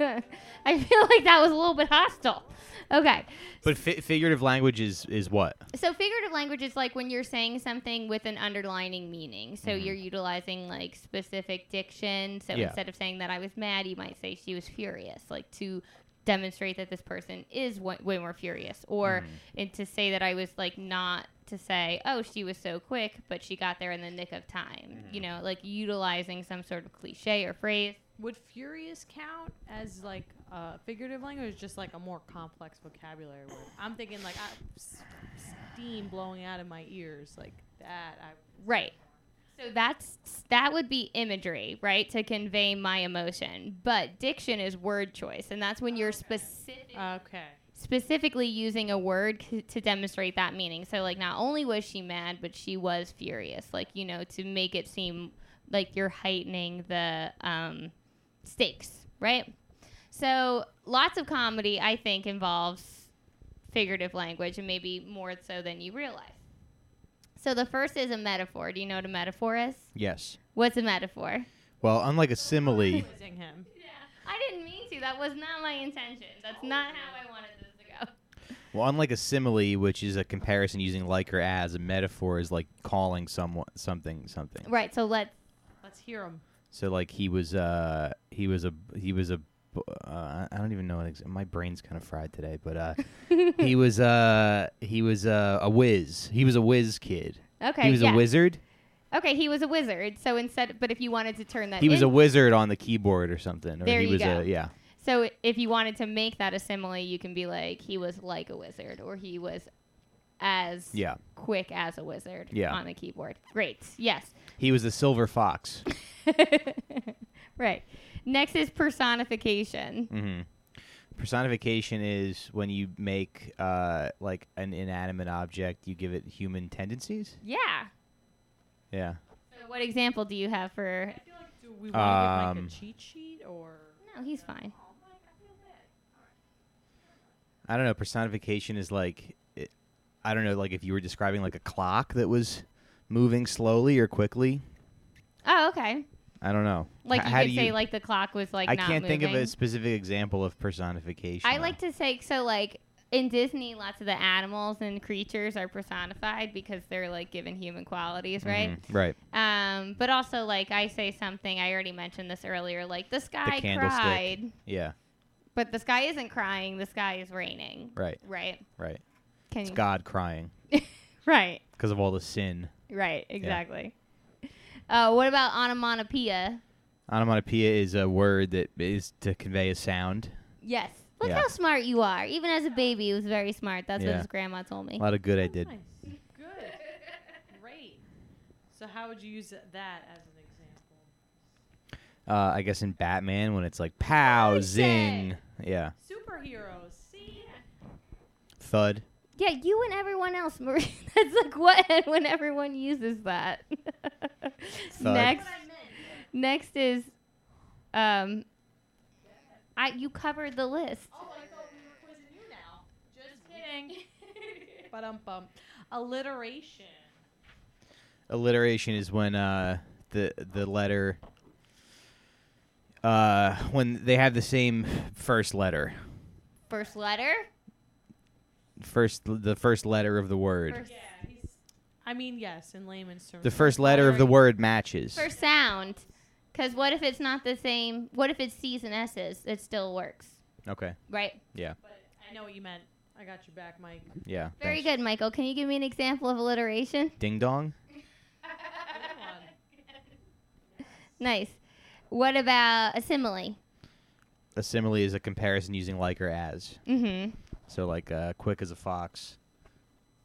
I feel like that was a little bit hostile. Okay,
But fi- figurative language is is what?
so figurative language is like when you're saying something with an underlining meaning. So
Mhm.
you're utilizing like specific diction. So
Yeah.
instead of saying that I was mad, you might say she was furious, like to demonstrate that this person is wa- way more furious,
Hmm.
or and to say that I was like not to say, oh, she was so quick, but she got there in the nick of time. You know, like utilizing some sort of cliche or phrase.
Would furious count as like uh, figurative language, or just like a more complex vocabulary word? I'm thinking like I, s- steam blowing out of my ears, like that. I,
Right. So that's that would be imagery, right, to convey my emotion. But diction is word choice, and that's when you're specific,
okay,
specifically using a word c- to demonstrate that meaning. So like, not only was she mad, but she was furious. Like you know, to make it seem like you're heightening the um, stakes, right? So lots of comedy, I think, involves figurative language, and maybe more so than you realize. So the first is a metaphor. Do you know what a metaphor is?
Yes.
What's a metaphor?
Well, unlike a simile,
quizzing him.
Yeah, I didn't mean to. That was not my intention. That's not how I wanted this to go.
well, unlike a simile, which is a comparison using like or as, a metaphor is like calling someone something something.
Right. So let's.
Let's hear him.
So like he was uh he was a he was a b- uh, I don't even know what ex- my brain's kind of fried today, but uh he was uh he was uh, a whiz. He was a whiz kid.
Okay.
he was
yeah.
a wizard.
Okay, he was a wizard. So instead, but if you wanted to turn that,
He was
Uh, in-
a wizard on the keyboard or something. Or
There
he
you
was
go.
a yeah.
So if you wanted to make that a simile, you can be like, he was like a wizard, or he was as
Yeah.
quick as a wizard
Yeah.
on the keyboard. Great. Yes.
He was the silver fox.
right. Next is personification.
hmm Personification is when you make uh, like an inanimate object, you give it human tendencies.
Yeah.
Yeah.
So what example do you have for?
I feel like do we want to give
Um,
Mike a cheat sheet or?
No, he's fine.
I don't know. Personification is like, it, I don't know, like if you were describing like a clock that was moving slowly or quickly.
Oh, okay.
I don't know.
Like
H-
you
how
could
do
say,
you-
like the clock was like.
I
not
can't think of
moving.
a specific example of personification.
I
though.
like to say so like in Disney lots of the animals and creatures are personified because they're like given human qualities, right?
Mhm, Right.
Um but also like I say something I already mentioned this earlier like the sky
candlestick.
cried,
Yeah.
but the sky isn't crying, the sky is raining.
Right.
Right?
Right.
Can
It's
you
God crying
Right.
because of all the sin.
Right, exactly. Uh, what about onomatopoeia?
Onomatopoeia is a word that is to convey a sound.
Yes. Look
Yeah.
how smart you are. Even as a baby, he was very smart. That's what
Yeah.
his grandma told me.
A lot of good I did.
Nice. Good. Great. So how would you use that as an example?
Uh, I guess in Batman when it's like pow
Thursday.
zing, yeah,
Superheroes. See?
thud.
Yeah, you and everyone else, Marie. That's like what when everyone uses that. Next,
What I meant.
Next is, um, I you covered the list.
Oh, But um, bum. alliteration.
Alliteration is when uh, the the letter uh, when they have the same first letter,
First letter.
first the first letter of the word.
First,
I mean, yes, in layman's terms.
the first letter of the word matches.
first sound. Because what if it's not the same? What if it's C's and S's? It still works,
Okay.
right?
But I know what you meant. I got your back, Mike.
Yeah.
Very
thanks.
good, Michael. Can you give me an example of alliteration?
Ding dong.
Nice. What about a simile?
A simile is a comparison using like or as.
Mm-hmm.
So like uh, quick as a fox,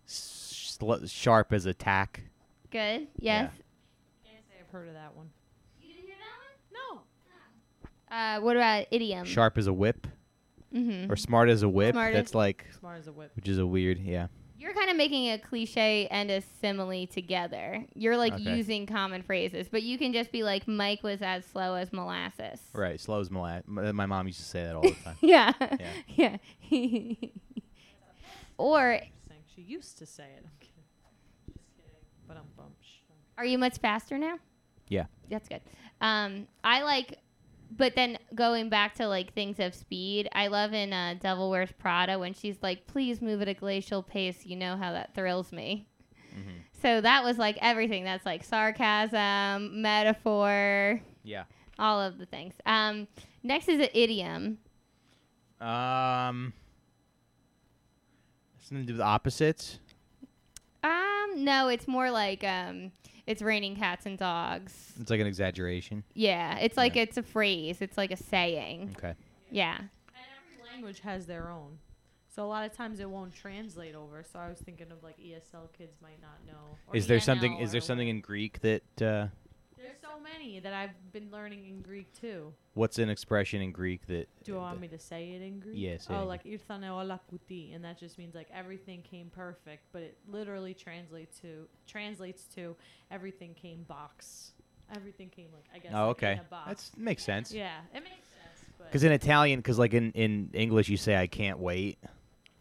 s- sl- sharp as a tack.
Good.
Yeah.
Yes.
Can't say I've heard of that one.
You didn't hear that
No.
one? Uh, what about idiom?
Sharp as a whip
Mm-hmm.
or smart as a whip.
Smart as-
That's like
Smart as a whip.
which is a weird. Yeah.
You're kind of making a cliche and a simile together. You're like
Okay.
using common phrases, but you can just be like, Mike was as slow as molasses.
Right. Slow as molasses. My mom used to say that all the time.
Yeah. Yeah. or
Interesting. She used to say it. I'm kidding. Just kidding. But I'm bummed.
are you much faster now?
Yeah.
That's good. Um, I like, but then going back to like things of speed, I love in uh, Devil Wears Prada when she's like, please move at a glacial pace. You know how that thrills me.
Mhm.
So that was like everything. That's like sarcasm, metaphor,
Yeah.
all of the things. Um, next is an idiom.
Um. Something to do with opposites.
Um, no, it's more like um, it's raining cats and dogs.
It's like an exaggeration.
Yeah, it's like
Yeah. Mm.
it's a phrase. It's like a saying.
Okay.
Yeah.
And every language has their own. So a lot of times it won't translate over. So I was thinking of like ESL kids might not know. or
Is there something?
ENL
Is there
or
something in Greek that? Uh,
There's so many that I've been learning in Greek too.
what's an expression in Greek that?
Do you want
that-
me to say it in Greek?
Yeah, say it
oh,
in
like irthane olakuti, and that just means like everything came perfect, but it literally translates to translates to everything came box. Everything came like I guess.
oh,
like, in
okay.
a box.
That makes sense.
yeah, it makes sense. But
Because in Italian, because like in, in English, you say I can't wait.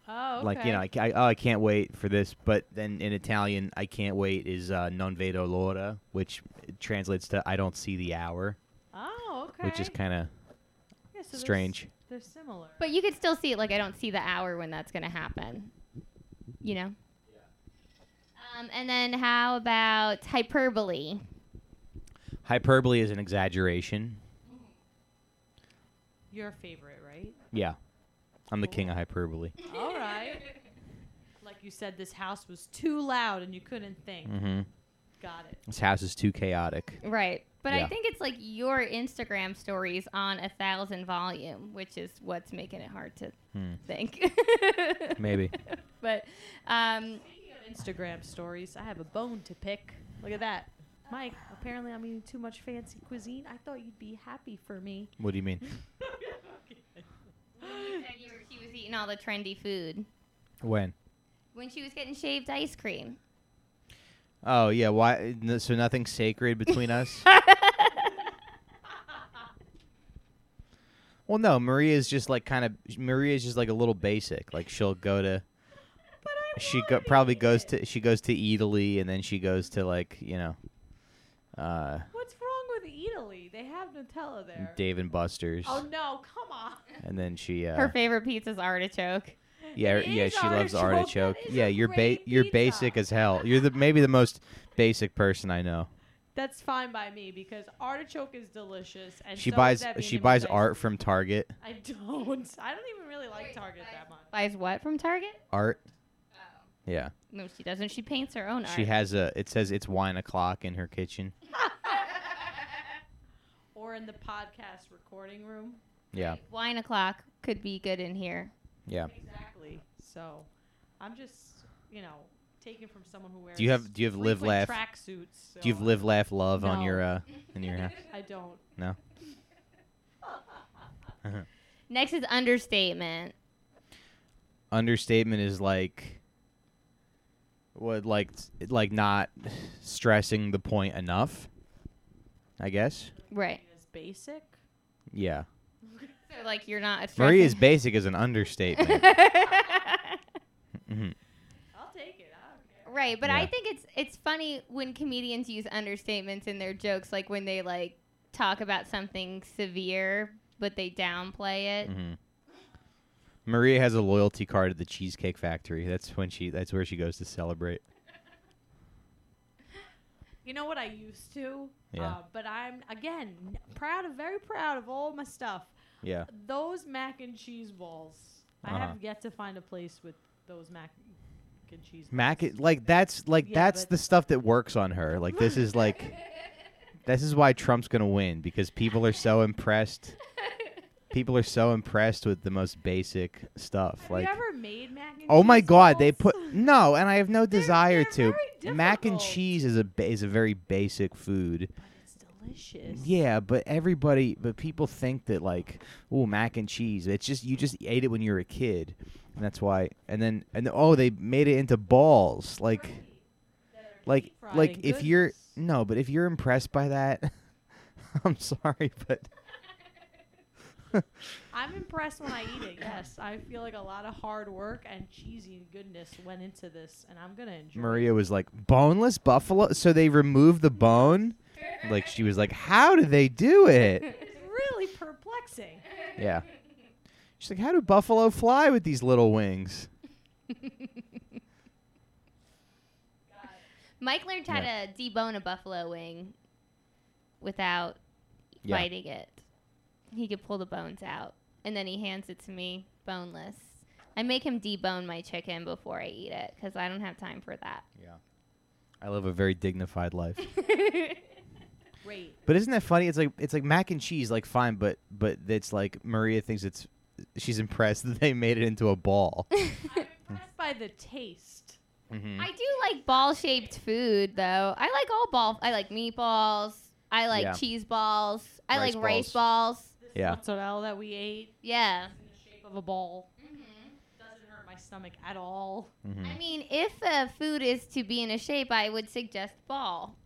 oh, okay.
Like you know, I, ca- I, oh, I can't wait for this. But then in Italian, I can't wait is uh, non vedo l'ora, which translates to I don't see the hour,
oh, okay.
which is kind of
Yeah, so they're s-
strange.
They're similar.
But you could still see it. Like I don't see the hour when that's gonna happen. You know. Um, and then how about hyperbole?
Hyperbole is an exaggeration.
Your favorite, right?
Yeah, I'm the king of hyperbole.
All right. Like you said, this house was too loud and you couldn't think.
hmm
Got it.
This house is too chaotic.
Right. But I
Yeah.
think it's like your Instagram stories on a thousand volume, which is what's making it hard to
Hmm.
think.
Maybe.
But um,
Instagram stories. I have a bone to pick. Look at that. Mike, apparently I'm eating too much fancy cuisine. I thought you'd be happy for me.
What do you mean?
you said you were, she was eating all the trendy food
When?
when she was getting shaved ice cream.
Oh yeah. Why? n- So nothing sacred between us. Well, no, Maria's just like kind of Maria's just like a little basic. Like she'll go to she go, probably goes to she goes to Italy and then she goes to like, you know, uh
What's wrong with Italy? They have Nutella there.
Dave and Buster's
Oh no, come on.
and then she uh
Her favorite pizza's artichoke.
yeah, er,
It
yeah,
is
she loves
artichoke.
artichoke.
That is
Yeah,
a
you're ba-
great
you're
pizza.
basic as hell. You're the maybe the most basic person I know.
That's fine by me because artichoke is delicious and
she
so is
buys
that
she
Vietnamese
buys
ice
art from Target.
cream. I don't. I don't even really like Target that much.
Buys what from Target?
Art.
Oh.
Yeah.
No, she doesn't. She paints her own
She
art.
has a it says it's wine o'clock in her kitchen.
Or in the podcast recording room.
Yeah.
Wine o'clock could be good in here.
Yeah.
Exactly. So, I'm just, you know, taken from someone who wears.
Do you have do you have live laugh
frequent tracksuits?
Do you
so
have live, laugh, love on
No.
your uh in your house?
I don't.
No.
Next is understatement.
Understatement is like what like like not stressing the point enough. I guess.
Right.
Is basic.
Yeah.
So like you're not.
Marie is basic is an understatement. Mhm.
I'll take it. I don't care.
Right, but I
Yeah.
think it's it's funny when comedians use understatements in their jokes, like when they like talk about something severe but they downplay it.
Mhm. Maria has a loyalty card at the Cheesecake Factory. That's when she. That's where she goes to celebrate.
You know what I used to?
Yeah.
Uh, but I'm, again, n- proud of, very proud of all my stuff.
Yeah.
Those mac and cheese balls. I
Uh-huh.
have yet to find a place with those mac and cheese balls.
Mac, i- like that's like
Yeah,
that's
but-
the stuff that works on her. Like this is like, this is why Trump's gonna win because people are so impressed. People are so impressed with the most basic stuff.
Have
like,
you ever made mac and
oh my
cheese
God, they
balls?
put no, and I have no
They're-
desire
they're
to.
very
Mac and
difficult.
cheese is a ba- is a very basic food.
But it's delicious.
Yeah, but everybody, but people think that like, oh, mac and cheese. It's just you just ate it when you were a kid, and that's why. And then and oh, they made it into balls. Like, like,
Fried
like
and
if you're
goodness.
no, but if you're impressed by that, I'm sorry, but
I'm impressed when I eat it. Yes, I feel like a lot of hard work and cheesy goodness went into this, and I'm gonna enjoy.
Maria was like boneless buffalo. So they removed the bone. Like she was like, how do they do it?
it. It's really perplexing.
Yeah. She's like, how do buffalo fly with these little wings?
Mike learned how to debone a buffalo wing without
Yeah.
biting it. He could pull the bones out, and then he hands it to me boneless. I make him debone my chicken before I eat it because I don't have time for that.
Yeah. I live a very dignified life.
Great.
But isn't that funny? It's like it's like mac and cheese, like fine, but but it's like Maria thinks it's she's impressed that they made it into a ball.
I'm impressed by the taste.
I do like ball shaped food though. I like all ball. I like meatballs. I like
Yeah.
cheese balls. I
Rice
like rice balls.
This
Yeah.
mozzarella that we ate
Yeah.
in the shape of a ball
Mm-hmm.
doesn't hurt my stomach at all.
Hmm.
I mean, if uh, food is to be in a shape, I would suggest ball.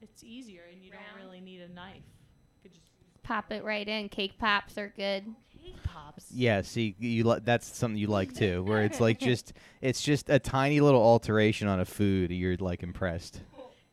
It's easier, and you
Round.
don't really need a knife. You could just use
Pop it right in. Cake pops are good.
cake pops.
Yeah, see, you li- that's something you like too, where it's like just it's just a tiny little alteration on a food. You're like impressed.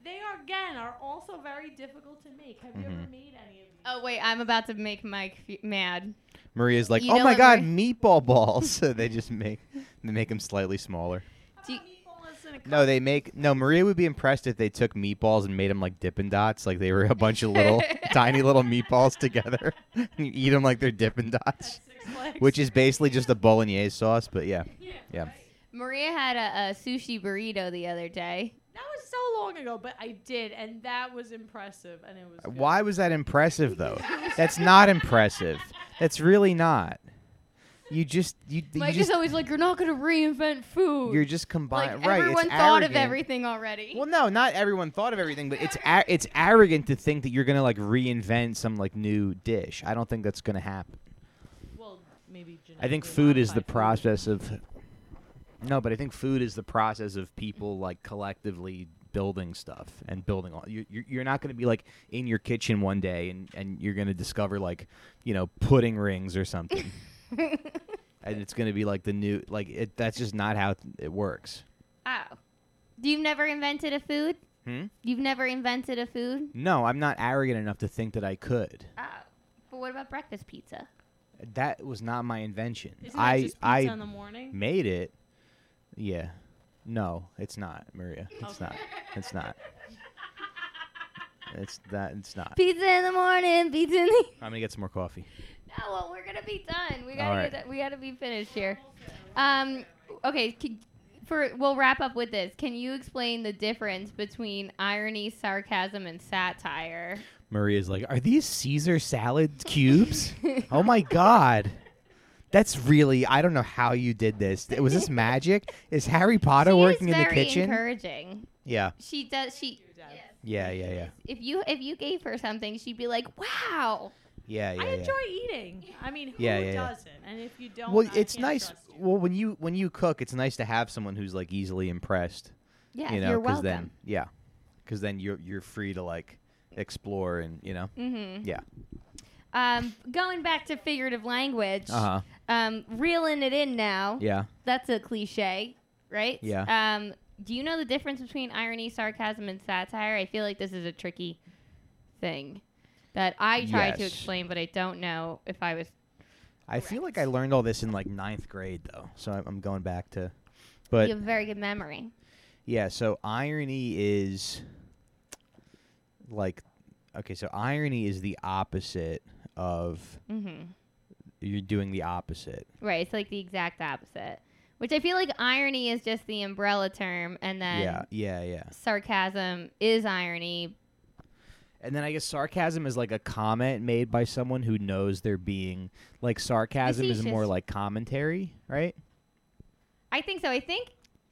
They are again are also very difficult to make. Have you ever
Mhm.
made any of these?
Oh wait, I'm about to make Mike f- mad.
Maria's like,
You
oh
know
my
what,
god,
Maria-
meatball balls. so they just make they make them slightly smaller.
How
Do
about meatballs in a
No, they make no. Maria would be impressed if they took meatballs and made them like Dippin' Dots, like they were a bunch of little tiny little meatballs together. and you eat them like they're Dippin' Dots, which is basically just a bolognese sauce. But yeah, yeah.
Maria had a, a sushi burrito the other day.
That was so long ago, but I did, and that was impressive, and it was. good.
Why was that impressive though? That's not impressive. That's really not. You just you, you
Mike
just
is always like, "You're not gonna reinvent food."
you're just
like
combining. right,
everyone
it's
thought of
arrogant.
everything already.
Well, no, not everyone thought of everything, but it's ar- it's arrogant to think that you're gonna like reinvent some like new dish. I don't think that's gonna happen.
Well, maybe.
I think
genetically
food is the
modified food.
process of. No, but I think food is the process of people like collectively building stuff and building. All, you, you're you're not going to be like in your kitchen one day and and you're going to discover like you know pudding rings or something, and it's going to be like the new like it. That's just not how it works.
Oh, you've never invented a food?
Hmm?
You've never invented a food?
No, I'm not arrogant enough to think that I could.
Oh, but what about breakfast pizza?
That was not my invention.
Isn't
I
it just pizza
I
in the morning?
made it. Yeah. No, it's not, Maria. It's not. It's not. It's that. It's not.
Pizza in the morning, pizza in the.
I'm gonna get some more coffee.
No, well, we're gonna be done. We
All
gotta
right.
get, we gotta be finished here. Um, okay, c- for we'll wrap up with this. Can you explain the difference between irony, sarcasm, and satire?
Maria's like, are these Caesar salad cubes? oh my god. That's really. I don't know how you did this. Was this magic? Is Harry Potter
She is
working in the
very
kitchen?
Encouraging.
yeah.
She does. She
Yeah. Yeah. Yeah.
if you if you gave her something, she'd be like, "Wow."
Yeah. Yeah.
I
yeah.
enjoy eating. I mean, who
Yeah, yeah, yeah.
doesn't? And if you don't,
Well,
I
it's
can't
nice.
trust you.
Well, when you when you cook, it's nice to have someone who's like easily impressed.
Yeah,
you know,
you're welcome.
because then yeah, because then you're you're free to like explore and you know
Mm-hmm.
yeah
Um, going back to figurative language,
uh-huh
um, reeling it in now.
yeah
That's a cliche, right?
Yeah.
Um, do you know the difference between irony, sarcasm, and satire? I feel like this is a tricky thing that I tried to
Yes.
explain, but I don't know if I was.
i feel
Correct.
like i learned all this in like ninth grade though so I- i'm going back to
you
but
have a very good memory.
yeah so irony is like okay so irony is the opposite of
hmm
you're doing the opposite
Right. It's like the exact opposite, which I feel like irony is just the umbrella term, and then
yeah yeah yeah
sarcasm is irony.
And then I guess sarcasm is like a comment made by someone who knows they're being like sarcasm is more
Facetious.
like commentary, right?
I think so. I think.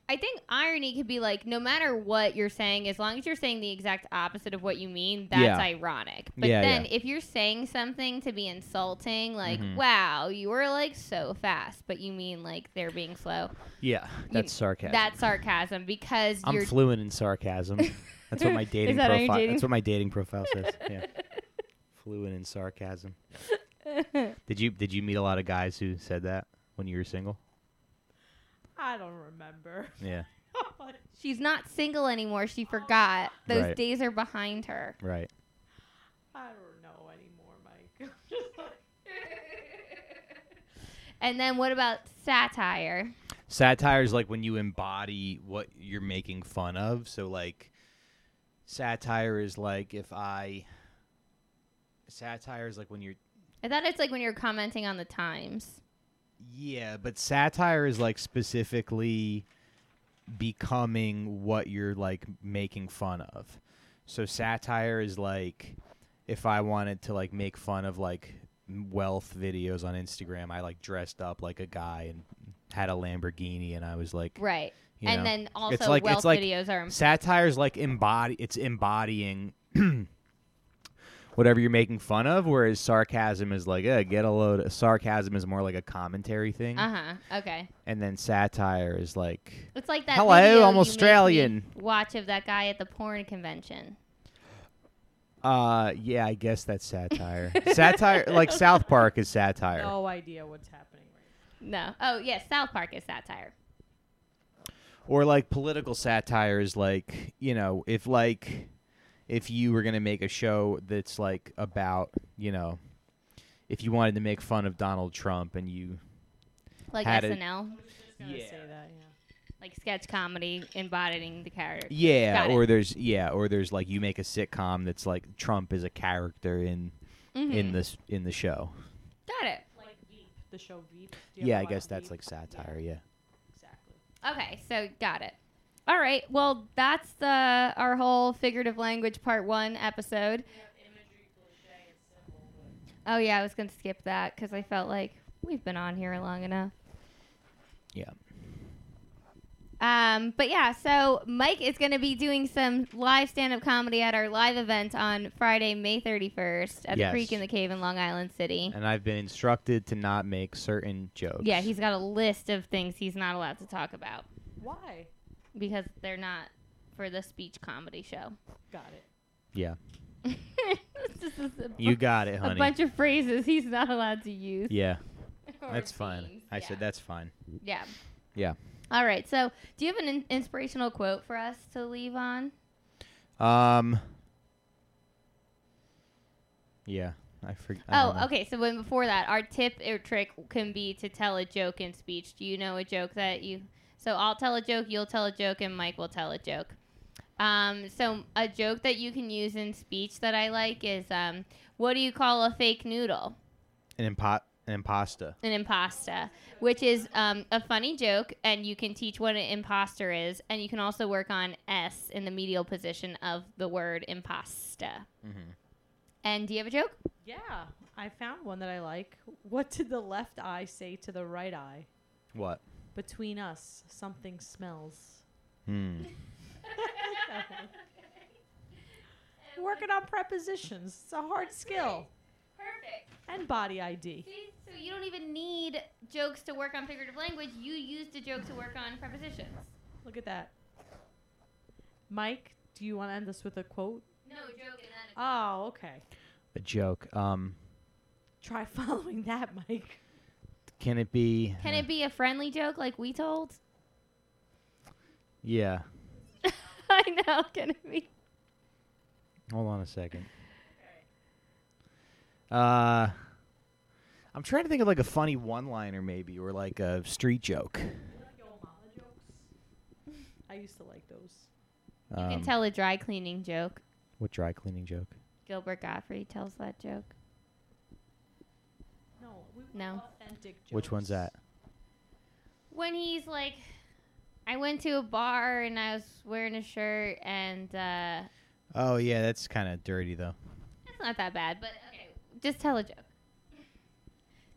I think irony could be like no matter what you're saying, as long as you're saying the exact opposite of what you mean, that's
Yeah.
ironic. But
Yeah,
then if you're saying something to be insulting, like
Mhm.
"Wow, you were like so fast," but you mean like they're being slow,
Yeah, that's sarcasm.
that's sarcasm because
I'm
you're
fluent in sarcasm. That's what my
Is
dating
that how you're
profile.
dating?
That's what my dating profile says. Yeah, fluent in sarcasm. Did you did you meet a lot of guys who said that when you were single?
I don't remember.
Yeah,
she's not single anymore. She forgot. Those
Right.
days are behind her.
right.
I don't know anymore, Mike.
And then what about satire?
Satire is like when you embody what you're making fun of. So like satire is like if I satire is like when you're
I thought it's like when you're commenting on the times.
Yeah, but satire is like specifically becoming what you're like making fun of. So satire is like if I wanted to like make fun of like wealth videos on Instagram, I like dressed up like a guy and had a Lamborghini and I was like
Right.
you
and
know.
then also
like- it's
wealth
like
videos are
satire's like embody it's embodying whatever you're making fun of whereas sarcasm is like eh, get a load of sarcasm is more like a commentary thing
uh-huh okay
and then satire is like
it's like that
Hello,
video
I'm
you made me
Australian.
watch of that guy at the porn convention
uh yeah i guess that's satire satire like south park is satire
No idea what's happening right
no oh yes south park is satire
or like political satire is like you know if like if you were going to make a show that's like about you know if you wanted to make fun of donald trump and you
like
Had
snl
it-
now.
Yeah.
Say that, yeah.
like sketch comedy embodying the character
Yeah,
Got it.
or there's yeah, or there's like you make a sitcom that's like Trump is a character in
Mhm.
in this in the show.
got it
Like Veep, the show Veep. Do you
Yeah,
ever
I
watch
guess that's
Veep?
like satire. Yeah.
Exactly.
okay so got it all right well that's the our whole figurative language part one episode oh yeah i was gonna skip that because i felt like we've been on here long enough
Yeah.
Um, but yeah, so Mike is going to be doing some live stand up comedy at our live event on Friday, May 31st at
Yes.
the Creek in the Cave in Long Island City.
And I've been instructed to not make certain jokes.
Yeah, he's got a list of things he's not allowed to talk about
Why?
because they're not for the speech comedy show.
Got it.
Yeah.
It's just a,
You got it,
a
honey.
bunch of phrases he's not allowed to use.
yeah,
or
that's fine.
themes.
I
Yeah.
said that's fine.
Yeah.
Yeah.
All right. So, do you have an in- inspirational quote for us to leave on?
Um Yeah, I forgot.
Oh, okay. So when before that, our tip or trick can be to tell a joke in speech. Do you know a joke that you? So I'll tell a joke, you'll tell a joke, and Mike will tell a joke. Um, so a joke that you can use in speech that I like is, um, what do you call a fake noodle?
An impo- an impasta.
An impasta, which is um, a funny joke, and you can teach what an imposter is, and you can also work on s in the medial position of the word impasta.
Mm-hmm.
And do you have a joke?
Yeah, I found one that I like. What did the left eye say to the right eye?
What?
Between us, something smells.
Hmm.
Working on prepositions. It's a hard skill.
Perfect.
And body ID.
See, so you don't even need jokes to work on figurative language. You used a joke to work on prepositions.
Look at that. Mike, do you want to end this with a quote?
No joke and then
Oh, okay.
A joke. Um,
Try following that, Mike.
can it be?
Can it be a friendly joke like we told?
Yeah.
I know. Can it be?
Hold on a second. Uh, I'm trying to think of like a funny one-liner, maybe, or like a street joke.
I used to like those.
You can
Um,
tell a dry cleaning joke.
What dry cleaning joke?
Gilbert Godfrey tells that joke.
No, we want
No.
authentic jokes.
Which one's that?
When he's like, I went to a bar and I was wearing a shirt, and uh,
Oh yeah, that's kind of dirty though.
it's not that bad, but okay, just tell a joke.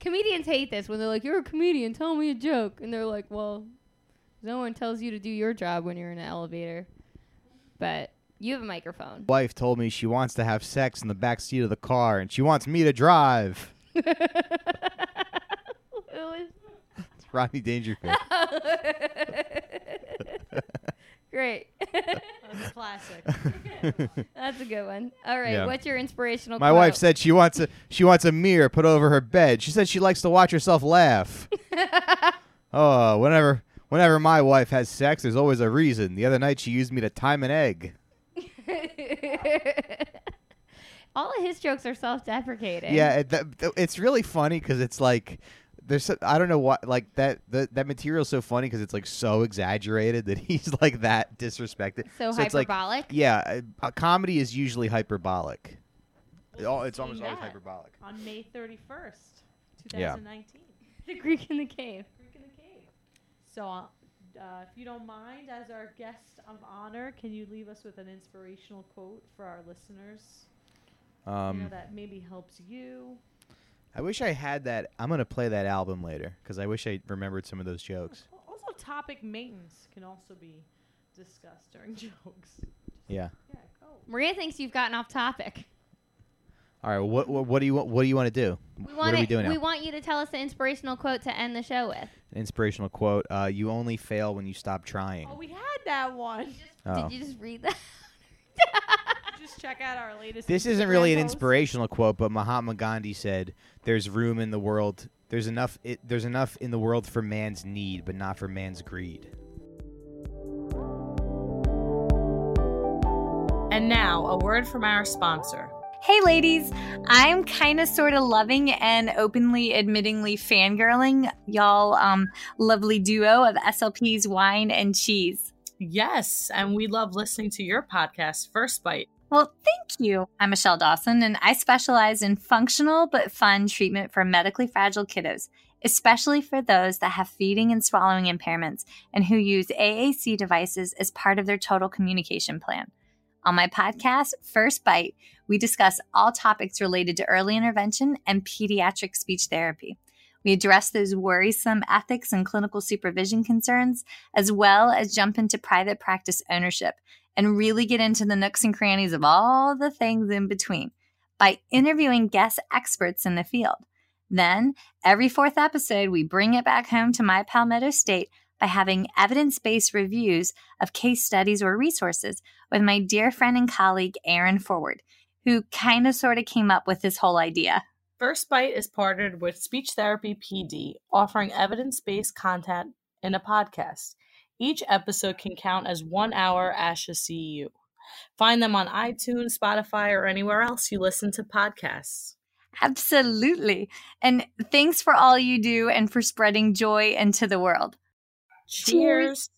Comedians hate this when they're like, You're a comedian, tell me a joke. And they're like, Well, no one tells you to do your job when you're in an elevator, but you have a microphone.
Wife told me she wants to have sex in the back seat of the car, and she wants me to drive.
Who is
It's Rodney Dangerfield.
Great.
That's classic.
That's a good one. All right.
Yeah.
What's your inspirational
My
quote?
wife said she wants a she wants a mirror put over her bed. She said she likes to watch herself laugh. oh, whenever whenever my wife has sex, there's always a reason. The other night she used me to time an egg.
All of his jokes are self deprecating.
Yeah, it, that, th- it's really funny because it's like there's so, I don't know why like that the, that material's so funny because it's like so exaggerated that he's like that disrespected.
So,
it's like
hyperbolic.
yeah, uh, a, a comedy is usually hyperbolic. It al- it's
Seen
almost always
that
hyperbolic.
On May 31st,
Yeah.
2019.
the Greek in the cave.
Freak in the Cave. So, uh, uh, if you don't mind, as our guest of honor, can you leave us with an inspirational quote for our listeners? you know,
Um,
that maybe helps you.
I wish I had that. I'm gonna play that album later because I wish I remembered some of those jokes.
Al- Also, topic maintenance can also be discussed during jokes.
Yeah.
Yeah, go.
Maria thinks you've gotten off topic.
All right. What what, what do you want? What do you want to do?
We
what
want
are we
it-
doing now?
we want you to tell us the inspirational quote to end the show with.
Inspirational quote. Uh, you only fail when you stop trying.
Oh, we had that one.
Oh.
Did you just read that?
Just check out our latest.
This isn't really an
Instagram post.
inspirational quote, but Mahatma Gandhi said, "There's room in the world. There's enough. It, there's enough in the world for man's need, but not for man's greed."
And now, a word from our sponsor.
Hey, ladies, I'm kind of sort of loving and openly admittingly fangirling y'all, um, lovely duo of SLP's Wine and Cheese.
Yes, and we love listening to your podcast, First Bite.
Well, thank you. I'm Michelle Dawson, and I specialize in functional but fun treatment for medically fragile kiddos, especially for those that have feeding and swallowing impairments and who use AAC devices as part of their total communication plan. On my podcast, First Bite, we discuss all topics related to early intervention and pediatric speech therapy. We address those worrisome ethics and clinical supervision concerns, as well as jump into private practice ownership and really get into the nooks and crannies of all the things in between by interviewing guest experts in the field. Then, every fourth episode, we bring it back home to my Palmetto State by having evidence based reviews of case studies or resources with my dear friend and colleague, Aaron Forward, who kind of sort of came up with this whole idea.
First Bite is partnered with Speech Therapy PD, offering evidence based content in a podcast. Each episode can count as one hour Asha CU. E Find them on iTunes, Spotify, or anywhere else you listen to podcasts.
Absolutely. And thanks for all you do and for spreading joy into the world.
Cheers.